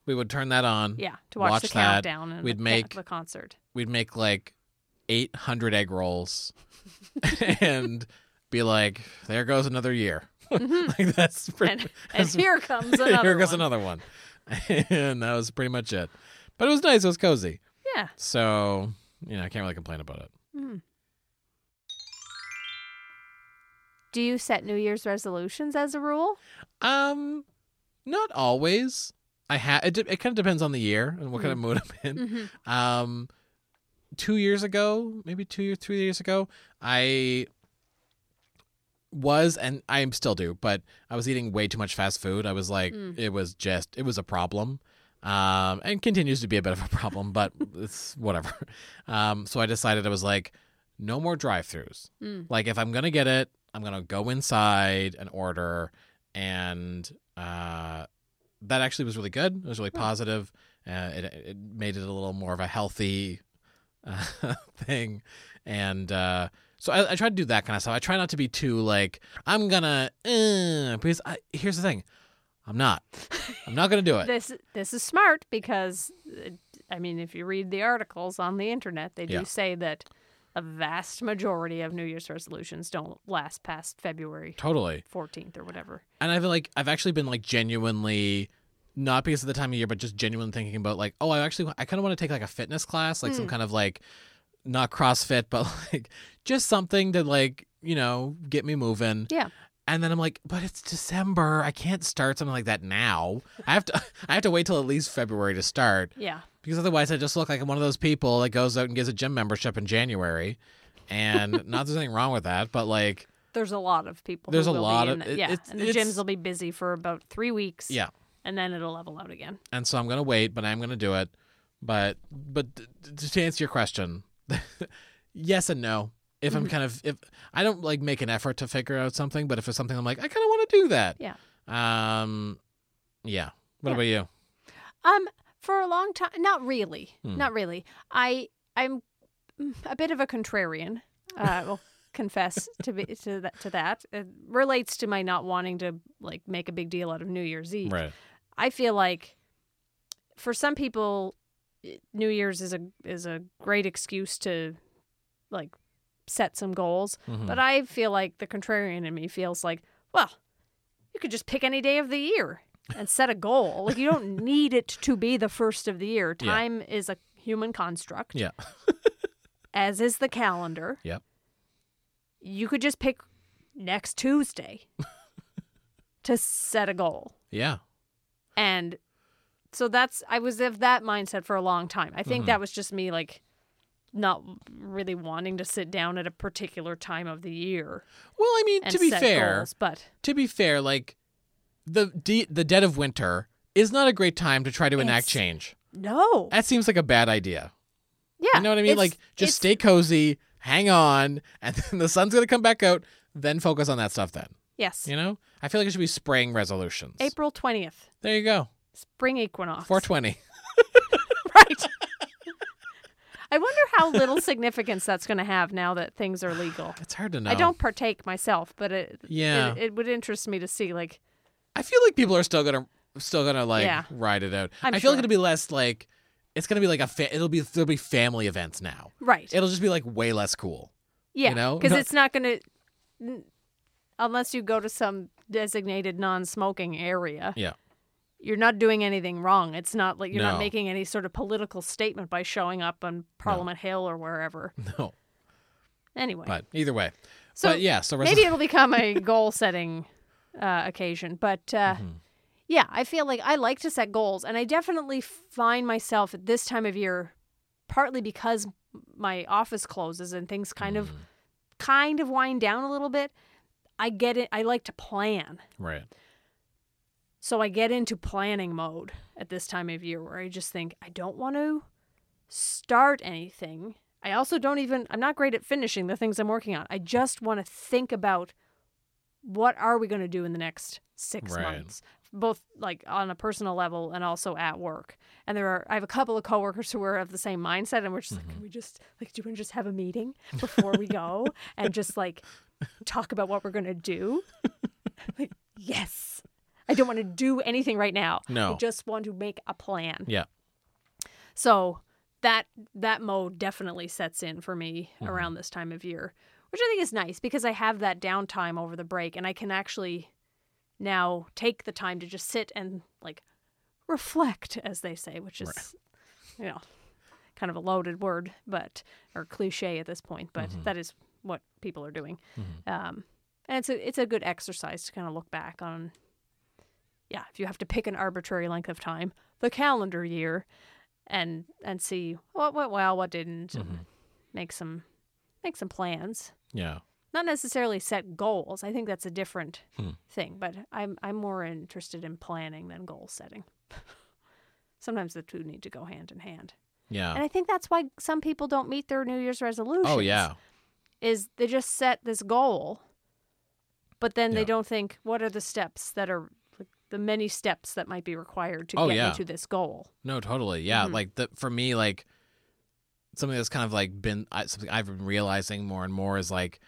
[SPEAKER 1] we would turn that on.
[SPEAKER 2] Yeah, to watch, the
[SPEAKER 1] Watch that.
[SPEAKER 2] countdown and
[SPEAKER 1] We'd
[SPEAKER 2] the,
[SPEAKER 1] make-
[SPEAKER 2] the concert.
[SPEAKER 1] we'd make like 800 egg rolls and be like there goes another year like that's pretty,
[SPEAKER 2] Mm-hmm. And, and
[SPEAKER 1] that's-
[SPEAKER 2] here comes another.
[SPEAKER 1] here goes
[SPEAKER 2] one.
[SPEAKER 1] another one and that was pretty much it but it was nice it was cozy
[SPEAKER 2] Yeah.
[SPEAKER 1] so you know i can't really complain about it
[SPEAKER 2] Mm. Do you set New Year's resolutions as a rule?
[SPEAKER 1] um not always i had it, de- it kind of depends on the year and what kind of mood i'm in
[SPEAKER 2] Mm-hmm.
[SPEAKER 1] Um, two years ago, maybe two or three years ago, I was and I am still do, but I was eating way too much fast food. I was like,
[SPEAKER 2] Mm.
[SPEAKER 1] it was just, it was a problem. Um, and continues to be a bit of a problem, but it's whatever. Um, so I decided I was like, no more drive-throughs.
[SPEAKER 2] Mm.
[SPEAKER 1] Like if I'm gonna get it, I'm gonna go inside and order, and uh, that actually was really good. It was really
[SPEAKER 2] Hmm.
[SPEAKER 1] positive. Uh, it it made it a little more of a healthy uh, thing, and uh, so I, I try to do that kind of stuff. I try not to be too like I'm gonna uh, because I, here's the thing, I'm not. I'm not gonna do it.
[SPEAKER 2] This this is smart because uh, I mean, if you read the articles on the internet, they do
[SPEAKER 1] Yeah.
[SPEAKER 2] say that a vast majority of New Year's resolutions don't last past February
[SPEAKER 1] Totally.
[SPEAKER 2] 14th or whatever.
[SPEAKER 1] and I've like I've actually been like genuinely not because of the time of year, but just genuine thinking about like, oh, I actually I kind of want to take like a fitness class, like some kind of like not CrossFit, but like just something to like you know get me moving.
[SPEAKER 2] Yeah.
[SPEAKER 1] And then I'm like, but it's December. I can't start something like that now. I have to I have to wait till at least February to start
[SPEAKER 2] Yeah.
[SPEAKER 1] because otherwise I just look like I'm one of those people that goes out and gets a gym membership in January. And not that there's anything wrong with that, but like
[SPEAKER 2] There's a lot of people. who
[SPEAKER 1] There's a
[SPEAKER 2] will be
[SPEAKER 1] lot
[SPEAKER 2] in
[SPEAKER 1] of-
[SPEAKER 2] the-
[SPEAKER 1] it-
[SPEAKER 2] yeah,
[SPEAKER 1] it's-
[SPEAKER 2] and the
[SPEAKER 1] it's-
[SPEAKER 2] gyms will be busy for about three weeks.
[SPEAKER 1] yeah.
[SPEAKER 2] and then it'll level out again.
[SPEAKER 1] and so I'm gonna wait, but I'm gonna do it. But but t- t- to answer your question, yes and no. If
[SPEAKER 2] Mm-hmm.
[SPEAKER 1] I'm kind of if I don't like make an effort to figure out something, but if it's something I'm like I kind of want to do that.
[SPEAKER 2] Yeah.
[SPEAKER 1] Um. Yeah. What
[SPEAKER 2] Yeah.
[SPEAKER 1] about you?
[SPEAKER 2] Um, for a long time, not really,
[SPEAKER 1] Hmm.
[SPEAKER 2] not really. I I'm a bit of a contrarian. Uh, I will confess to be to that. To that, it relates to my not wanting to like make a big deal out of New Year's Eve.
[SPEAKER 1] Right.
[SPEAKER 2] I feel like for some people, i- New Year's is a is a great excuse to like set some goals.
[SPEAKER 1] Mhm.
[SPEAKER 2] But I feel like the contrarian in me feels like, well, you could just pick any day of the year and set a goal. Like you don't need it to be the first of the year.
[SPEAKER 1] Yeah.
[SPEAKER 2] Time is a human construct,
[SPEAKER 1] Yeah.
[SPEAKER 2] as is the calendar.
[SPEAKER 1] Yep.
[SPEAKER 2] You could just pick next Tuesday to set a goal.
[SPEAKER 1] Yeah.
[SPEAKER 2] And so that's I was of that mindset for a long time. I think
[SPEAKER 1] Mhm.
[SPEAKER 2] that was just me like not really wanting to sit down at a particular time of the year
[SPEAKER 1] Well, I mean,
[SPEAKER 2] and
[SPEAKER 1] to be
[SPEAKER 2] set
[SPEAKER 1] fair,
[SPEAKER 2] goals, but
[SPEAKER 1] to be fair, like the de- the dead of winter is not a great time to try to enact
[SPEAKER 2] It's-
[SPEAKER 1] change.
[SPEAKER 2] No.
[SPEAKER 1] That seems like a bad idea.
[SPEAKER 2] Yeah.
[SPEAKER 1] You know what I mean?
[SPEAKER 2] it's-
[SPEAKER 1] Like, just
[SPEAKER 2] it's-
[SPEAKER 1] stay cozy, hang on, and then the sun's gonna come back out. Then focus on that stuff. Then
[SPEAKER 2] Yes.
[SPEAKER 1] you know, I feel like it should be spring resolutions.
[SPEAKER 2] April 20th,
[SPEAKER 1] There you go,
[SPEAKER 2] spring equinox.
[SPEAKER 1] four twenty.
[SPEAKER 2] right. I wonder how little significance that's going to have now that things are legal.
[SPEAKER 1] It's hard to know.
[SPEAKER 2] I don't partake myself, but it,
[SPEAKER 1] Yeah,
[SPEAKER 2] it it would interest me to see like
[SPEAKER 1] I feel like people are still gonna still gonna like
[SPEAKER 2] Yeah.
[SPEAKER 1] ride it out.
[SPEAKER 2] I'm
[SPEAKER 1] I feel like
[SPEAKER 2] sure.
[SPEAKER 1] it'll be less like it's gonna be like a fa- it'll be there'll be family events now.
[SPEAKER 2] right.
[SPEAKER 1] It'll just be like way less cool.
[SPEAKER 2] yeah.
[SPEAKER 1] know?
[SPEAKER 2] Cuz
[SPEAKER 1] No-
[SPEAKER 2] it's not going to unless you go to some designated non-smoking area.
[SPEAKER 1] Yeah.
[SPEAKER 2] you're not doing anything wrong. It's not like you're
[SPEAKER 1] No.
[SPEAKER 2] not making any sort of political statement by showing up on Parliament Hill or wherever.
[SPEAKER 1] No,
[SPEAKER 2] Anyway,
[SPEAKER 1] but either way.
[SPEAKER 2] So
[SPEAKER 1] but yeah, so
[SPEAKER 2] maybe it'll become a goal setting uh, occasion. But
[SPEAKER 1] Mm-hmm.
[SPEAKER 2] uh, yeah, I feel like I like to set goals, and I definitely find myself at this time of year, partly because my office closes and things kind of kind of wind down a little bit. I get it. I like to plan.
[SPEAKER 1] right.
[SPEAKER 2] So I get into planning mode at this time of year where I just think I don't want to start anything. I also don't even I'm not great at finishing the things I'm working on. I just want to think about what are we going to do in the next 6
[SPEAKER 1] Right.
[SPEAKER 2] months both like on a personal level and also at work. And there are I have a couple of coworkers who are of the same mindset and we're just like can we just like do we just have a meeting before we go and just like talk about what we're going to do? like yes. I don't want to do anything right now.
[SPEAKER 1] No.
[SPEAKER 2] I just want to make a plan.
[SPEAKER 1] Yeah.
[SPEAKER 2] So that that mode definitely sets in for me
[SPEAKER 1] Mm-hmm.
[SPEAKER 2] around this time of year, which I think is nice because I have that downtime over the break and I can actually now take the time to just sit and like reflect as they say, which is you know, kind of a loaded word, but or cliche at this point, but
[SPEAKER 1] Mm-hmm.
[SPEAKER 2] that is what people are doing. Um, and it's a it's a good exercise to kind of look back on. Yeah, if you have to pick an arbitrary length of time, the calendar year, and and see what went well, what didn't,
[SPEAKER 1] Mm-hmm.
[SPEAKER 2] and make some make some plans.
[SPEAKER 1] Yeah.
[SPEAKER 2] Not necessarily set goals. I think that's a different
[SPEAKER 1] Hmm.
[SPEAKER 2] thing, but I'm I'm more interested in planning than goal setting. Sometimes the two need to go hand in hand.
[SPEAKER 1] Yeah.
[SPEAKER 2] And I think that's why some people don't meet their New Year's resolutions.
[SPEAKER 1] oh yeah.
[SPEAKER 2] Is they just set this goal, but then
[SPEAKER 1] Yeah.
[SPEAKER 2] they don't think what are the steps that are like, the many steps that might be required to
[SPEAKER 1] Oh,
[SPEAKER 2] get
[SPEAKER 1] yeah.
[SPEAKER 2] me to this goal.
[SPEAKER 1] No, totally. Yeah, like the for me, like something that's kind of like been I, something I've been realizing more and more is like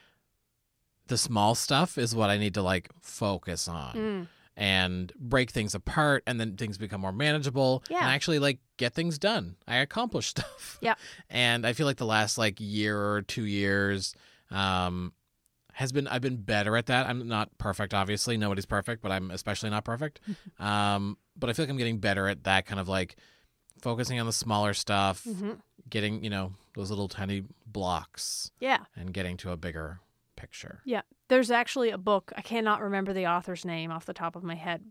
[SPEAKER 1] the small stuff is what I need to like focus on
[SPEAKER 2] Mm.
[SPEAKER 1] and break things apart, and then things become more manageable. and
[SPEAKER 2] Yeah.
[SPEAKER 1] actually like get things done. I accomplish stuff.
[SPEAKER 2] Yep.
[SPEAKER 1] and I feel like the last like year or two years, um, has been I've been better at that. I'm not perfect, obviously. Nobody's perfect, but I'm especially not perfect. um, but I feel like I'm getting better at that kind of like focusing on the smaller stuff,
[SPEAKER 2] Mhm.
[SPEAKER 1] getting you know those little tiny blocks,
[SPEAKER 2] Yeah.
[SPEAKER 1] and getting to a bigger picture.
[SPEAKER 2] Yeah. There's actually a book. I cannot remember the author's name off the top of my head.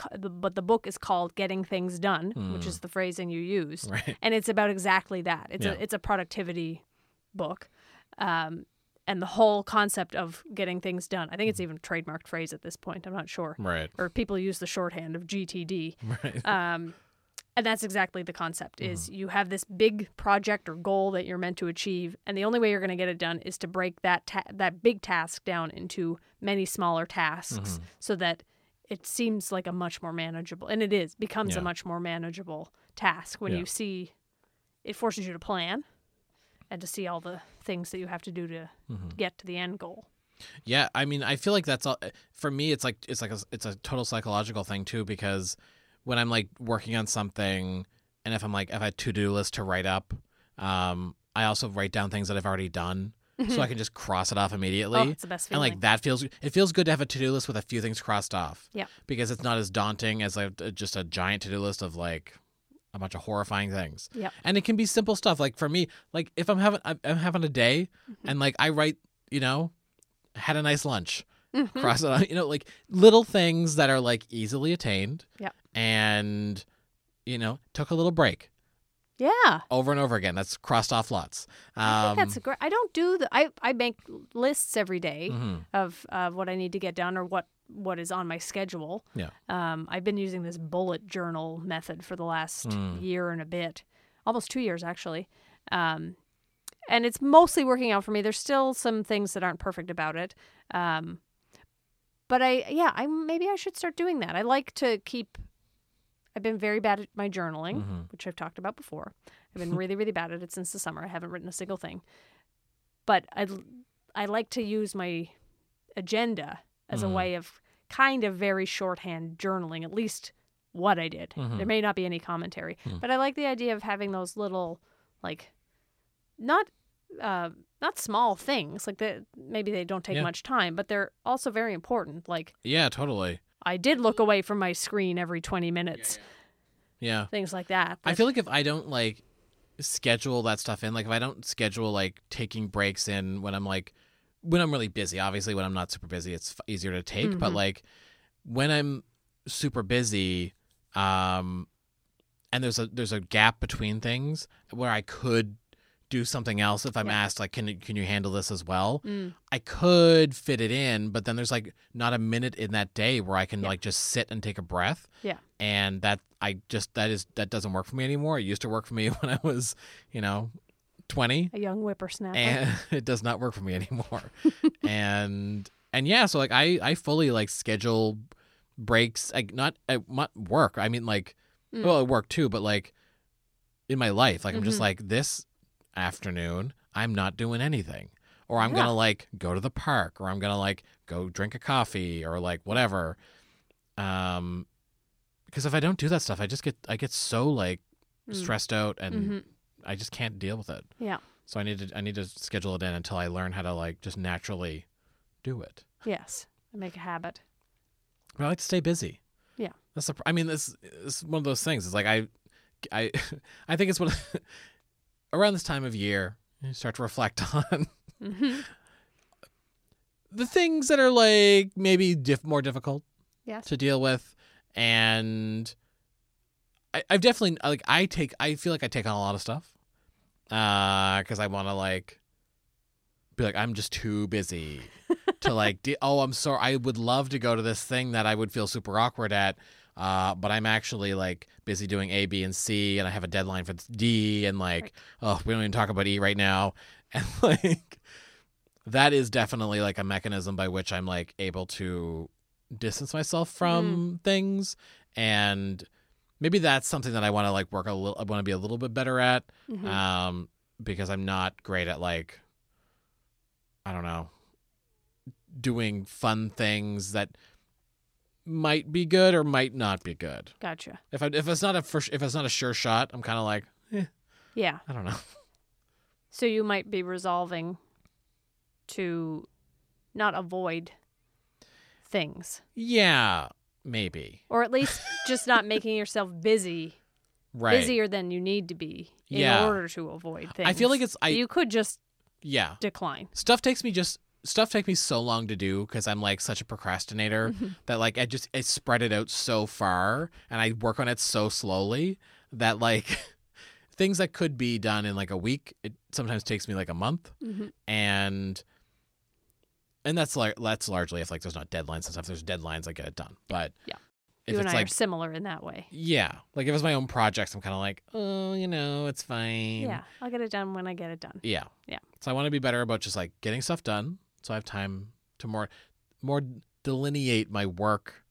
[SPEAKER 2] c- the- But the book is called Getting Things Done, which is the phrasing you used.
[SPEAKER 1] Mm. Right.
[SPEAKER 2] And it's about exactly that. It's,
[SPEAKER 1] Yeah.
[SPEAKER 2] a, it's a productivity book. Um, and the whole concept of getting things done. I think it's even
[SPEAKER 1] Mm-hmm.
[SPEAKER 2] a trademarked phrase at this point. I'm not sure.
[SPEAKER 1] Right.
[SPEAKER 2] Or people use the shorthand of GTD.
[SPEAKER 1] Right.
[SPEAKER 2] Um, and that's exactly the concept
[SPEAKER 1] Mm-hmm.
[SPEAKER 2] is you have this big project or goal that you're meant to achieve and the only way you're going to get it done is to break that ta- that big task down into many smaller tasks
[SPEAKER 1] Mm-hmm.
[SPEAKER 2] so that it seems like a much more manageable and it is becomes
[SPEAKER 1] Yeah.
[SPEAKER 2] a much more manageable task when
[SPEAKER 1] Yeah.
[SPEAKER 2] you see it forces you to plan and to see all the things that you have to do to
[SPEAKER 1] Mm-hmm.
[SPEAKER 2] get to the end goal
[SPEAKER 1] Yeah, I mean, I feel like that's all for me. It's like it's like a, it's a total psychological thing too because when I'm like working on something, and if I'm like if I have a to do list to write up, um, I also write down things that I've already done, so I can just cross it off immediately.
[SPEAKER 2] oh it's the best
[SPEAKER 1] and
[SPEAKER 2] feeling
[SPEAKER 1] like that feels it feels good to have a to do list with a few things crossed off.
[SPEAKER 2] Yeah.
[SPEAKER 1] because it's not as daunting as like just a giant to do list of like a bunch of horrifying things.
[SPEAKER 2] Yep.
[SPEAKER 1] And it can be simple stuff. Like for me, like if I'm having I'm I'm having a day
[SPEAKER 2] Mm-hmm.
[SPEAKER 1] and like I write, you know, had a nice lunch.
[SPEAKER 2] Mm-hmm.
[SPEAKER 1] Cross it out, you know, like little things that are like easily attained.
[SPEAKER 2] Yep.
[SPEAKER 1] And you know, took a little break
[SPEAKER 2] yeah
[SPEAKER 1] over and over again. That's crossed off lots. Um,
[SPEAKER 2] I think that's a great. I don't do the. I I make lists every day
[SPEAKER 1] mhm.
[SPEAKER 2] of of what I need to get done or what what is on my schedule.
[SPEAKER 1] Yeah.
[SPEAKER 2] Um, I've been using this bullet journal method for the last
[SPEAKER 1] Mm.
[SPEAKER 2] year and a bit, almost two years actually. Um, and it's mostly working out for me. There's still some things that aren't perfect about it. Um, but I yeah I maybe I should start doing that. I like to keep. I've been very bad at my journaling,
[SPEAKER 1] Mhm.
[SPEAKER 2] which I've talked about before. I've been really, really bad at it since the summer. I haven't written a single thing. But I, l- I like to use my agenda as
[SPEAKER 1] Mhm.
[SPEAKER 2] a way of kind of very shorthand journaling, at least what I did.
[SPEAKER 1] Mhm.
[SPEAKER 2] There may not be any commentary, but I like the idea of having those little, like, not. Uh, not small things like that. Maybe they don't take
[SPEAKER 1] Yeah.
[SPEAKER 2] much time, but they're also very important. Like
[SPEAKER 1] Yeah, totally.
[SPEAKER 2] I did look away from my screen every 20 minutes,
[SPEAKER 1] Yeah.
[SPEAKER 2] things like that.
[SPEAKER 1] I feel like if I don't like schedule that stuff in, like if I don't schedule like taking breaks in when I'm like when I'm really busy, obviously when I'm not super busy, it's f- easier to take, but
[SPEAKER 2] Mhm.
[SPEAKER 1] like when I'm super busy, um and there's a there's a gap between things where I could do something else if I'm
[SPEAKER 2] Yeah.
[SPEAKER 1] asked like can you- can you handle this as well?
[SPEAKER 2] Mm.
[SPEAKER 1] I could fit it in, but then there's like not a minute in that day where I can
[SPEAKER 2] Yeah.
[SPEAKER 1] like just sit and take a breath.
[SPEAKER 2] Yeah.
[SPEAKER 1] And that I just that is that doesn't work for me anymore. It used to work for me when I was, you know, 20
[SPEAKER 2] a young whippersnapper.
[SPEAKER 1] and it does not work for me anymore. and and yeah, so like I I fully like schedule breaks like not at not work. I mean like
[SPEAKER 2] Mm.
[SPEAKER 1] well, at work too, but like in my life, like I'm just
[SPEAKER 2] Mhm.
[SPEAKER 1] like this afternoon I'm not doing anything. Or I'm
[SPEAKER 2] Yeah.
[SPEAKER 1] gonna like go to the park, or I'm gonna like go drink a coffee, or like whatever. Um, because if I don't do that stuff, I just get I get so like
[SPEAKER 2] Mm.
[SPEAKER 1] stressed out and
[SPEAKER 2] Mhm.
[SPEAKER 1] I just can't deal with it.
[SPEAKER 2] Yeah.
[SPEAKER 1] So I need to I need to schedule it in until I learn how to like just naturally do it.
[SPEAKER 2] Yes. I make a habit.
[SPEAKER 1] But I like to stay busy.
[SPEAKER 2] Yeah.
[SPEAKER 1] That's the, pr- I mean this is one of those things. It's like I I I think it's what around this time of year you start to reflect on
[SPEAKER 2] hmm
[SPEAKER 1] the things that are like maybe diff- more difficult
[SPEAKER 2] Yes.
[SPEAKER 1] to deal with and I, i've definitely like i take i feel like i take on a lot of stuff uh because i want to like be like i'm just too busy to like de- oh i'm sorry i would love to go to this thing that i would feel super awkward at uh, but I'm actually like busy doing A, B, and C, and I have a deadline for D, and like,
[SPEAKER 2] Right.
[SPEAKER 1] oh, we don't even talk about E right now, and like, that is definitely like a mechanism by which I'm like able to distance myself from things, and maybe that's something that I want to like work a little, I want to be a little bit better at,
[SPEAKER 2] hmm
[SPEAKER 1] um, because I'm not great at like, I don't know, doing fun things that might be good or might not be good.
[SPEAKER 2] gotcha.
[SPEAKER 1] If I, if it's not a for, if it's not a sure shot, I'm kind of like, eh,
[SPEAKER 2] Yeah.
[SPEAKER 1] I don't know.
[SPEAKER 2] So you might be resolving to not avoid things,
[SPEAKER 1] Yeah, maybe.
[SPEAKER 2] or at least just not making yourself busy,
[SPEAKER 1] Right.
[SPEAKER 2] busier than you need to be in
[SPEAKER 1] Yeah.
[SPEAKER 2] order to avoid things.
[SPEAKER 1] I feel like it's I
[SPEAKER 2] you could just
[SPEAKER 1] yeah.
[SPEAKER 2] decline.
[SPEAKER 1] Stuff takes me just stuff takes me so long to do cuz I'm like such a procrastinator
[SPEAKER 2] Mm-hmm.
[SPEAKER 1] that like I just I spread it out so far and I work on it so slowly that like things that could be done in like a week, it sometimes takes me like a month.
[SPEAKER 2] Mhm.
[SPEAKER 1] and and that's like that's largely if like there's not deadlines and stuff. If there's deadlines, I get it done. But
[SPEAKER 2] Yeah.
[SPEAKER 1] if
[SPEAKER 2] you and
[SPEAKER 1] it's
[SPEAKER 2] I
[SPEAKER 1] like
[SPEAKER 2] are similar in that way.
[SPEAKER 1] yeah, like if it's my own projects, I'm kind of like oh, you know, it's fine.
[SPEAKER 2] Yeah, I'll get it done when I get it done.
[SPEAKER 1] yeah,
[SPEAKER 2] Yeah.
[SPEAKER 1] So I want to be better about just like getting stuff done, so I have time to more more delineate my work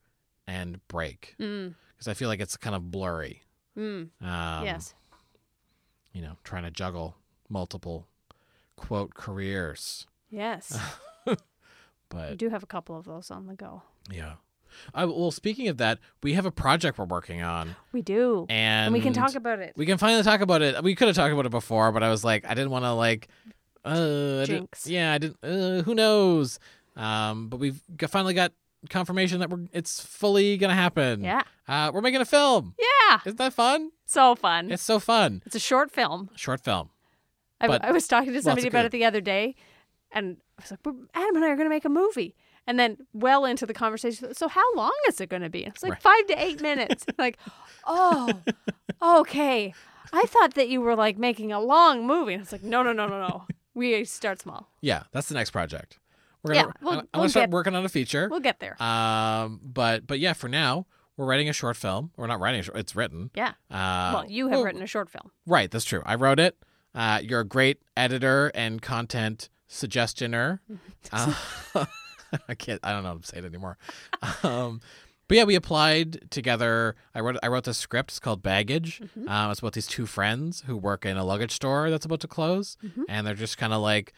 [SPEAKER 1] and break
[SPEAKER 2] Mm.
[SPEAKER 1] because I feel like it's kind of blurry.
[SPEAKER 2] Mm.
[SPEAKER 1] Um,
[SPEAKER 2] yes.
[SPEAKER 1] you know, trying to juggle multiple quote careers,
[SPEAKER 2] Yes.
[SPEAKER 1] but
[SPEAKER 2] You do have a couple of those on the go.
[SPEAKER 1] Yeah. I, well, speaking of that, we have a project we're working on,
[SPEAKER 2] We do. And,
[SPEAKER 1] and,
[SPEAKER 2] we can talk about it.
[SPEAKER 1] we can finally talk about it. We could have talked about it before, but I was like, I didn't want to like, uh, I didn't-
[SPEAKER 2] Jinx.
[SPEAKER 1] yeah, I didn't. Uh, who knows? Um, but we've got, finally got confirmation that we're it's fully gonna happen.
[SPEAKER 2] yeah.
[SPEAKER 1] Uh, we're making a film.
[SPEAKER 2] Yeah.
[SPEAKER 1] Isn't that fun?
[SPEAKER 2] So fun.
[SPEAKER 1] It's so fun.
[SPEAKER 2] It's a short film.
[SPEAKER 1] Short film.
[SPEAKER 2] I,
[SPEAKER 1] But
[SPEAKER 2] I was talking to
[SPEAKER 1] lots
[SPEAKER 2] somebody
[SPEAKER 1] of
[SPEAKER 2] about
[SPEAKER 1] good.
[SPEAKER 2] it the other day, and I was like, "Well, Adam and I are going to make a movie. And then, well into the conversation, so how long is it going to be? It's like
[SPEAKER 1] Right.
[SPEAKER 2] five to eight minutes. like, oh, okay. I thought that you were like making a long movie. And it's like, no, no, no, no, no. We start small.
[SPEAKER 1] Yeah, that's the next project. We're gonna.
[SPEAKER 2] Yeah, we'll-
[SPEAKER 1] I'm,
[SPEAKER 2] we'll
[SPEAKER 1] gonna start
[SPEAKER 2] get-
[SPEAKER 1] working on a feature.
[SPEAKER 2] We'll get there.
[SPEAKER 1] Um, but but yeah, for now we're writing a short film. We're not writing a short. It's written.
[SPEAKER 2] Yeah.
[SPEAKER 1] Uh,
[SPEAKER 2] well, you have
[SPEAKER 1] well,
[SPEAKER 2] written a short film.
[SPEAKER 1] Right, that's true. I wrote it. Uh, you're a great editor and content suggestioner. Uh, I can't. I don't know how to say it anymore. Um, but yeah, we applied together. I wrote. I wrote this script. It's called Baggage. Um, it's about these two friends who work in a luggage store that's about to close,
[SPEAKER 2] Mhm.
[SPEAKER 1] and they're just kind of like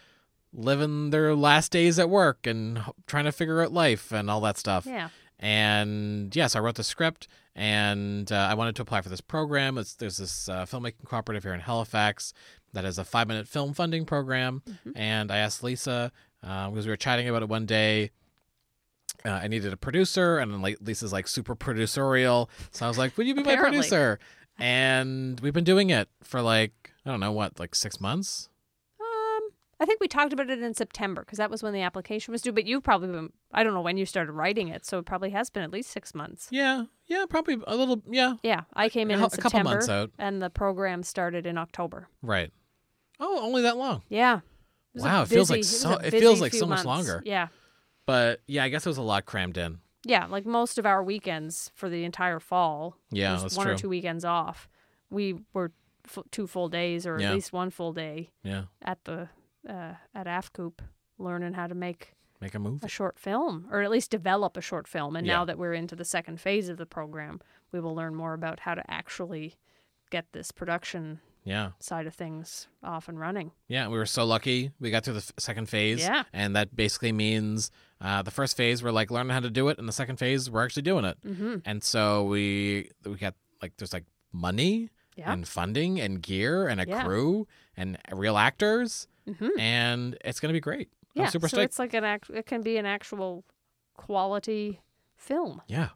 [SPEAKER 1] living their last days at work and h- trying to figure out life and all that stuff.
[SPEAKER 2] Yeah.
[SPEAKER 1] And yes, I wrote the script, and uh, I wanted to apply for this program. It's, there's this uh, filmmaking cooperative here in Halifax that is a five minute film funding
[SPEAKER 2] Mm-hmm.
[SPEAKER 1] program. And I asked Lisa uh, because we were chatting about it one day, uh, I needed a producer, and then like Lisa's like super producerial, so I was like, "Will you be my
[SPEAKER 2] Apparently.
[SPEAKER 1] producer?" And we've been doing it for like I don't know what, like six months.
[SPEAKER 2] Um, I think we talked about it in September because that was when the application was due. But you've probably been, I don't know when you started writing it, so it probably has been at least six months.
[SPEAKER 1] Yeah, yeah, probably a little. Yeah,
[SPEAKER 2] Yeah, I came in
[SPEAKER 1] A hou-
[SPEAKER 2] in
[SPEAKER 1] a couple
[SPEAKER 2] September,
[SPEAKER 1] months out.
[SPEAKER 2] and the program started in October.
[SPEAKER 1] right. Oh, only that long.
[SPEAKER 2] Yeah. was a
[SPEAKER 1] Wow, it feels like
[SPEAKER 2] was
[SPEAKER 1] so-
[SPEAKER 2] a
[SPEAKER 1] it feels
[SPEAKER 2] busy
[SPEAKER 1] like so
[SPEAKER 2] few
[SPEAKER 1] much
[SPEAKER 2] months.
[SPEAKER 1] longer.
[SPEAKER 2] Yeah.
[SPEAKER 1] But yeah, I guess it was a lot crammed in.
[SPEAKER 2] Yeah, like most of our weekends for the entire fall.
[SPEAKER 1] Yeah,
[SPEAKER 2] there's
[SPEAKER 1] that's
[SPEAKER 2] one
[SPEAKER 1] true.
[SPEAKER 2] or two weekends off. We were f- two full days, or
[SPEAKER 1] Yeah.
[SPEAKER 2] at least one full day
[SPEAKER 1] Yeah,
[SPEAKER 2] at the uh, at AFCOOP learning how to make
[SPEAKER 1] make a move.
[SPEAKER 2] a short film, or at least develop a short film. And
[SPEAKER 1] Yeah.
[SPEAKER 2] now that we're into the second phase of the program, we will learn more about how to actually get this production
[SPEAKER 1] Yeah,
[SPEAKER 2] side of things off and running.
[SPEAKER 1] yeah. We were so lucky. We got through the f- second phase.
[SPEAKER 2] Yeah.
[SPEAKER 1] and that basically means uh, the first phase we're like learning how to do it, and the second phase we're actually doing it.
[SPEAKER 2] Mm-hmm.
[SPEAKER 1] And so we we got like there's like money
[SPEAKER 2] Yeah.
[SPEAKER 1] and funding and gear and a
[SPEAKER 2] Yeah.
[SPEAKER 1] crew and real actors
[SPEAKER 2] Mm-hmm.
[SPEAKER 1] and it's gonna be great.
[SPEAKER 2] Yeah.
[SPEAKER 1] I'm super
[SPEAKER 2] so
[SPEAKER 1] stoked.
[SPEAKER 2] it's like an act. It can be an actual quality film.
[SPEAKER 1] Yeah.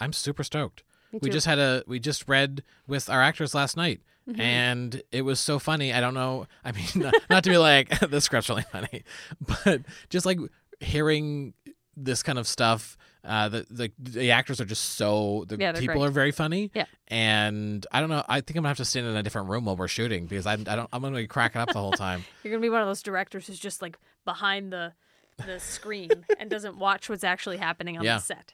[SPEAKER 1] I'm super stoked.
[SPEAKER 2] Me
[SPEAKER 1] We
[SPEAKER 2] too.
[SPEAKER 1] just had a we just read with our actors last night
[SPEAKER 2] Mm-hmm.
[SPEAKER 1] and it was so funny. I don't know. I mean, not, not to be like this script's really funny, but just like hearing this kind of stuff uh, the, the the actors are just so the
[SPEAKER 2] Yeah, they're
[SPEAKER 1] people
[SPEAKER 2] great.
[SPEAKER 1] are very funny.
[SPEAKER 2] Yeah.
[SPEAKER 1] and I don't know. I think I'm gonna have to stand in a different room while we're shooting because I, I don't. I'm gonna be cracking up the whole time.
[SPEAKER 2] You're gonna be one of those directors who's just like behind the the screen and doesn't watch what's actually happening on
[SPEAKER 1] Yeah.
[SPEAKER 2] the set.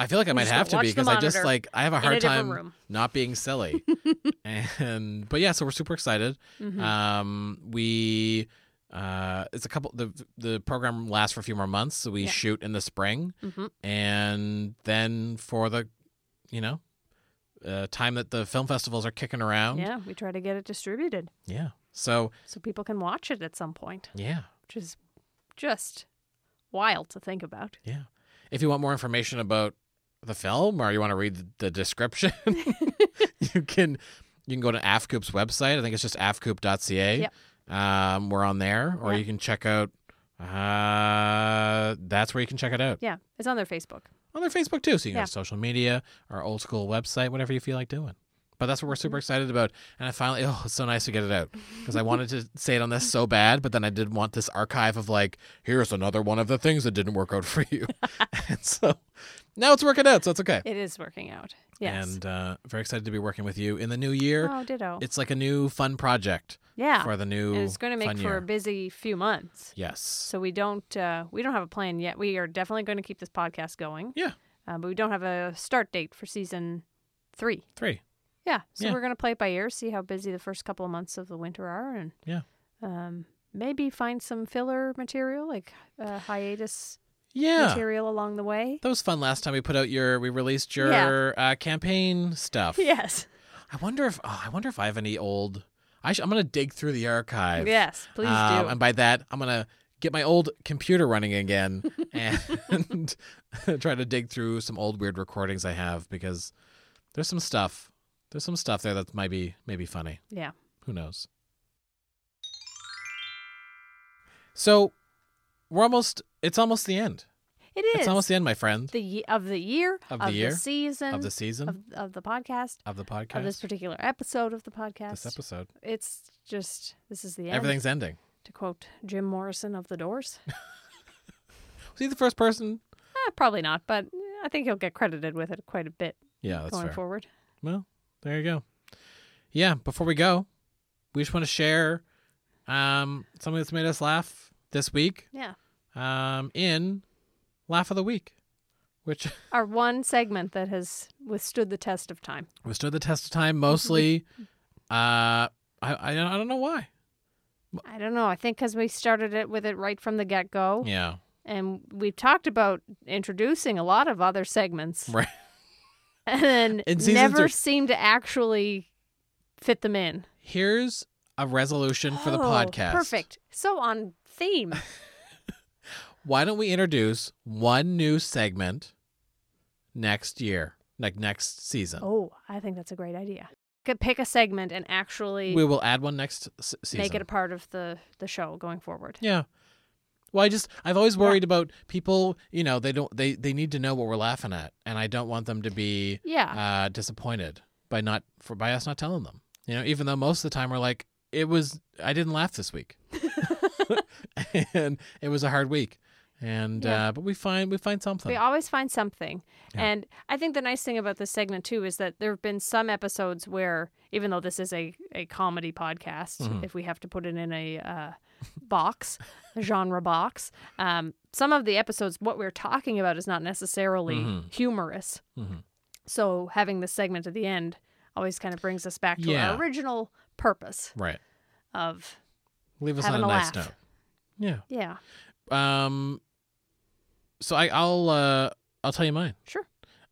[SPEAKER 1] I feel like I might
[SPEAKER 2] just
[SPEAKER 1] have
[SPEAKER 2] gotta
[SPEAKER 1] to be
[SPEAKER 2] watch the
[SPEAKER 1] because I just
[SPEAKER 2] monitor
[SPEAKER 1] like I have a
[SPEAKER 2] a
[SPEAKER 1] hard
[SPEAKER 2] different
[SPEAKER 1] time
[SPEAKER 2] room.
[SPEAKER 1] not being silly. and but yeah, so we're super excited.
[SPEAKER 2] Mm-hmm.
[SPEAKER 1] Um, we uh, it's a couple. the The program lasts for a few more months, so we
[SPEAKER 2] Yeah.
[SPEAKER 1] shoot in the spring,
[SPEAKER 2] Mhm.
[SPEAKER 1] and then for the, you know, uh, time that the film festivals are kicking around.
[SPEAKER 2] Yeah, we try to get it distributed
[SPEAKER 1] Yeah. So
[SPEAKER 2] so people can watch it at some point,
[SPEAKER 1] yeah,
[SPEAKER 2] which is just wild to think about.
[SPEAKER 1] yeah. If you want more information about the film or you want to read the, the description, you can you can go to AFCOOP's website. I think it's just afcoop.ca.
[SPEAKER 2] Yep.
[SPEAKER 1] Um, we're on there, or
[SPEAKER 2] Yeah.
[SPEAKER 1] you can check out. Uh, that's where you can check it out
[SPEAKER 2] Yeah, it's on their Facebook.
[SPEAKER 1] on their Facebook too. So you can go
[SPEAKER 2] Yeah.
[SPEAKER 1] to social media, our old school website, whatever you feel like doing. But that's what we're
[SPEAKER 2] Mm-hmm.
[SPEAKER 1] super excited about. And I finally, oh, it's so nice to get it out because I wanted to say it on this so bad, but then I did want this archive of like, here's another one of the things that didn't work out for you. and so now it's working out, so it's okay.
[SPEAKER 2] It is working out. Yes.
[SPEAKER 1] And uh, very excited to be working with you in the new year.
[SPEAKER 2] oh, ditto.
[SPEAKER 1] It's like a new fun project
[SPEAKER 2] yeah.
[SPEAKER 1] for the new.
[SPEAKER 2] and it's going to make
[SPEAKER 1] fun
[SPEAKER 2] for a
[SPEAKER 1] year.
[SPEAKER 2] busy few months.
[SPEAKER 1] yes,
[SPEAKER 2] So we don't uh, we don't have a plan yet. We are definitely going to keep this podcast going.
[SPEAKER 1] Yeah.
[SPEAKER 2] Uh, but we don't have a start date for season three.
[SPEAKER 1] three.
[SPEAKER 2] Yeah. So
[SPEAKER 1] Yeah.
[SPEAKER 2] we're going to play it by ear, see how busy the first couple of months of the winter are, and
[SPEAKER 1] Yeah.
[SPEAKER 2] um, maybe find some filler material like uh, hiatus
[SPEAKER 1] Yeah,
[SPEAKER 2] material along the way.
[SPEAKER 1] that was fun. Last time we put out your, we released your uh, campaign stuff.
[SPEAKER 2] Yes.
[SPEAKER 1] I wonder if oh, I wonder if I have any old. I sh- I'm gonna dig through the archive.
[SPEAKER 2] Yes. Please
[SPEAKER 1] Um,
[SPEAKER 2] do.
[SPEAKER 1] And by that, I'm gonna get my old computer running again and try to dig through some old weird recordings I have because there's some stuff. There's some stuff there that might be maybe funny.
[SPEAKER 2] yeah.
[SPEAKER 1] Who knows? So we're almost. It's almost the end.
[SPEAKER 2] It is
[SPEAKER 1] It's almost the end, my friend,
[SPEAKER 2] the ye- of the year
[SPEAKER 1] Of the year, of the
[SPEAKER 2] season
[SPEAKER 1] of the season
[SPEAKER 2] of, of the podcast
[SPEAKER 1] of the podcast.
[SPEAKER 2] of this particular episode of the podcast.
[SPEAKER 1] this episode,
[SPEAKER 2] it's just this is the end.
[SPEAKER 1] everything's ending.
[SPEAKER 2] To quote Jim Morrison of The Doors,
[SPEAKER 1] Was he the first person?
[SPEAKER 2] Eh, probably not, but I think he'll get credited with it quite a bit
[SPEAKER 1] Yeah, that's
[SPEAKER 2] going
[SPEAKER 1] fair.
[SPEAKER 2] forward.
[SPEAKER 1] Well, there you go. Yeah, before we go, we just want to share um, something that's made us laugh this week
[SPEAKER 2] Yeah,
[SPEAKER 1] um, in Laugh of the Week, which
[SPEAKER 2] our one segment that has withstood the test of time.
[SPEAKER 1] withstood the test of time mostly. uh, I, I, don't- I don't know why.
[SPEAKER 2] I don't know. I think because we started it with it right from the get go,
[SPEAKER 1] Yeah,
[SPEAKER 2] and we've talked about introducing a lot of other segments,
[SPEAKER 1] Right.
[SPEAKER 2] And then
[SPEAKER 1] And seasons
[SPEAKER 2] never
[SPEAKER 1] are-
[SPEAKER 2] seem to actually fit them in
[SPEAKER 1] here's a resolution for the
[SPEAKER 2] Oh,
[SPEAKER 1] podcast.
[SPEAKER 2] Perfect. So on theme.
[SPEAKER 1] Why don't we introduce one new segment next year, like next season?
[SPEAKER 2] Oh, I think that's a great idea. Could pick a segment and actually
[SPEAKER 1] We will add one next s- season.
[SPEAKER 2] make it a part of the the show going forward.
[SPEAKER 1] Yeah. Well, I just I've always worried about people. You know, they don't they they need to know what we're laughing at, and I don't want them to be
[SPEAKER 2] Yeah.
[SPEAKER 1] uh, disappointed by not for by us not telling them. You know, even though most of the time we're like, it was I didn't laugh this week, and it was a hard week, and
[SPEAKER 2] Yeah.
[SPEAKER 1] uh, but we find we find something.
[SPEAKER 2] We always find something.
[SPEAKER 1] Yeah.
[SPEAKER 2] And I think the nice thing about this segment, too, is that there have been some episodes where, even though this is a, a comedy podcast,
[SPEAKER 1] Mm-hmm.
[SPEAKER 2] if we have to put it in a uh, box, a genre box, um, some of the episodes, what we're talking about is not necessarily
[SPEAKER 1] Mm-hmm.
[SPEAKER 2] humorous.
[SPEAKER 1] Mhm.
[SPEAKER 2] So having this segment at the end always kind of brings us back to
[SPEAKER 1] Yeah.
[SPEAKER 2] our original purpose
[SPEAKER 1] right.
[SPEAKER 2] of,
[SPEAKER 1] Leave us
[SPEAKER 2] Having
[SPEAKER 1] on a,
[SPEAKER 2] a
[SPEAKER 1] nice
[SPEAKER 2] laugh.
[SPEAKER 1] note. Yeah.
[SPEAKER 2] yeah,
[SPEAKER 1] Um. So I, I'll uh I'll tell you mine.
[SPEAKER 2] sure.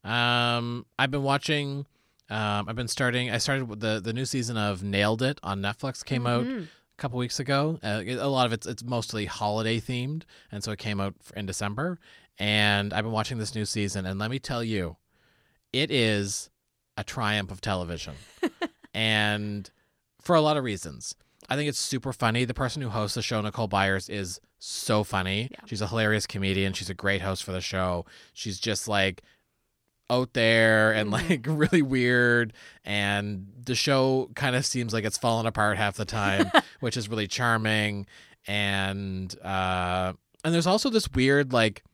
[SPEAKER 1] Um, I've been watching. Um, I've been starting. I started with the the new season of Nailed It on Netflix came out
[SPEAKER 2] Mhm.
[SPEAKER 1] a couple weeks ago. Uh, it- a lot of it's it's mostly holiday themed, and so it came out f- in December. And I've been watching this new season, and let me tell you, it is a triumph of television, and for a lot of reasons. I think it's super funny. The person who hosts the show, Nicole Byers, is so funny.
[SPEAKER 2] Yeah.
[SPEAKER 1] She's a hilarious comedian. She's a great host for the show. She's just like out there and
[SPEAKER 2] Mhm.
[SPEAKER 1] like really weird and the show kind of seems like it's falling apart half the time which is really charming and uh and there's also this weird like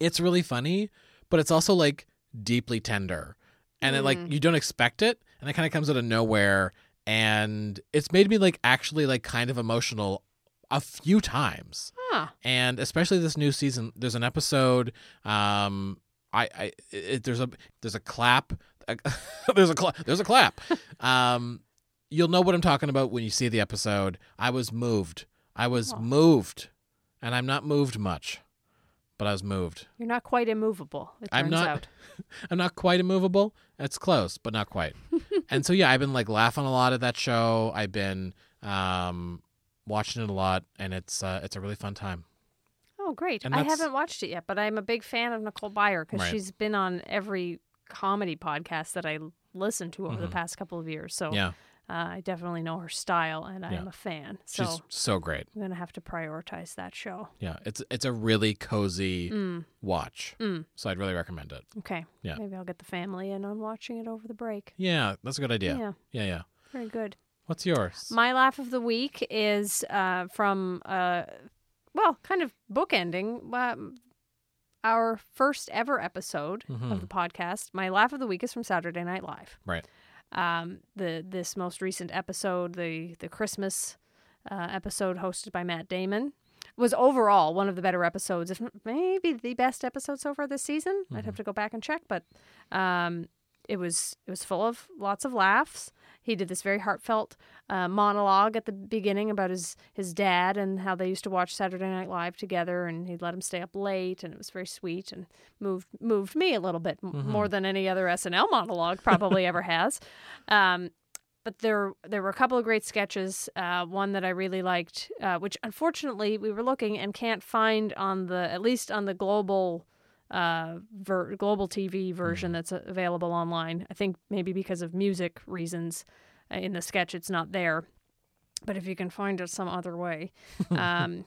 [SPEAKER 1] it's really funny but it's also like deeply tender and it like
[SPEAKER 2] Mm.
[SPEAKER 1] you don't expect it and it kind of comes out of nowhere and it's made me like actually like kind of emotional a few times
[SPEAKER 2] Huh.
[SPEAKER 1] and especially this new season there's an episode um i i it, there's a there's a clap there's a cla there's a clap um you'll know what i'm talking about when you see the episode i was moved i was
[SPEAKER 2] Aw.
[SPEAKER 1] moved and i'm not moved much but i was moved
[SPEAKER 2] You're not quite immovable, it turns
[SPEAKER 1] I'm not-
[SPEAKER 2] out.
[SPEAKER 1] i'm not quite immovable it's close but not quite and so yeah i've been like laughing a lot at that show i've been um watching it a lot and it's uh it's a really fun time
[SPEAKER 2] Oh, great.
[SPEAKER 1] And
[SPEAKER 2] I
[SPEAKER 1] that's-
[SPEAKER 2] haven't watched it yet, but I'm a big fan of Nicole Byer because
[SPEAKER 1] Right.
[SPEAKER 2] she's been on every comedy podcast that I l- listened to over the
[SPEAKER 1] Mhm.
[SPEAKER 2] past couple of years. So
[SPEAKER 1] yeah
[SPEAKER 2] uh, I definitely know her style and
[SPEAKER 1] Yeah.
[SPEAKER 2] I'm a fan. So
[SPEAKER 1] she's so great
[SPEAKER 2] I'm going to have to prioritize that show.
[SPEAKER 1] Yeah, it's it's a really cozy
[SPEAKER 2] Mm,
[SPEAKER 1] watch.
[SPEAKER 2] Mm.
[SPEAKER 1] So I'd really recommend it.
[SPEAKER 2] okay.
[SPEAKER 1] Yeah.
[SPEAKER 2] Maybe I'll get the family in on watching it over the break.
[SPEAKER 1] Yeah, that's a good idea. Yeah, yeah.
[SPEAKER 2] Very good.
[SPEAKER 1] What's yours?
[SPEAKER 2] My laugh of the week is uh, from, uh, well, kind of bookending um, our first ever episode
[SPEAKER 1] Mhm.
[SPEAKER 2] of the podcast. My laugh of the week is from Saturday Night Live.
[SPEAKER 1] Right.
[SPEAKER 2] Um, the this most recent episode, the the Christmas uh, episode hosted by Matt Damon, was overall one of the better episodes, if not- maybe the best episode so far this season. I'd have to go back and check, but um, it was it was full of lots of laughs. He did this very heartfelt uh, monologue at the beginning about his his dad and how they used to watch Saturday Night Live together, and he'd let him stay up late, and it was very sweet and moved moved me a little bit m more than any other SNL monologue probably ever has. Um, but there there were a couple of great sketches. Uh, one that I really liked, uh, which unfortunately we were looking and can't find on the at least on the global uh, ver- global TV version that's uh, available online. I think maybe because of music reasons, uh, in the sketch it's not there. But if you can find it some other way, um,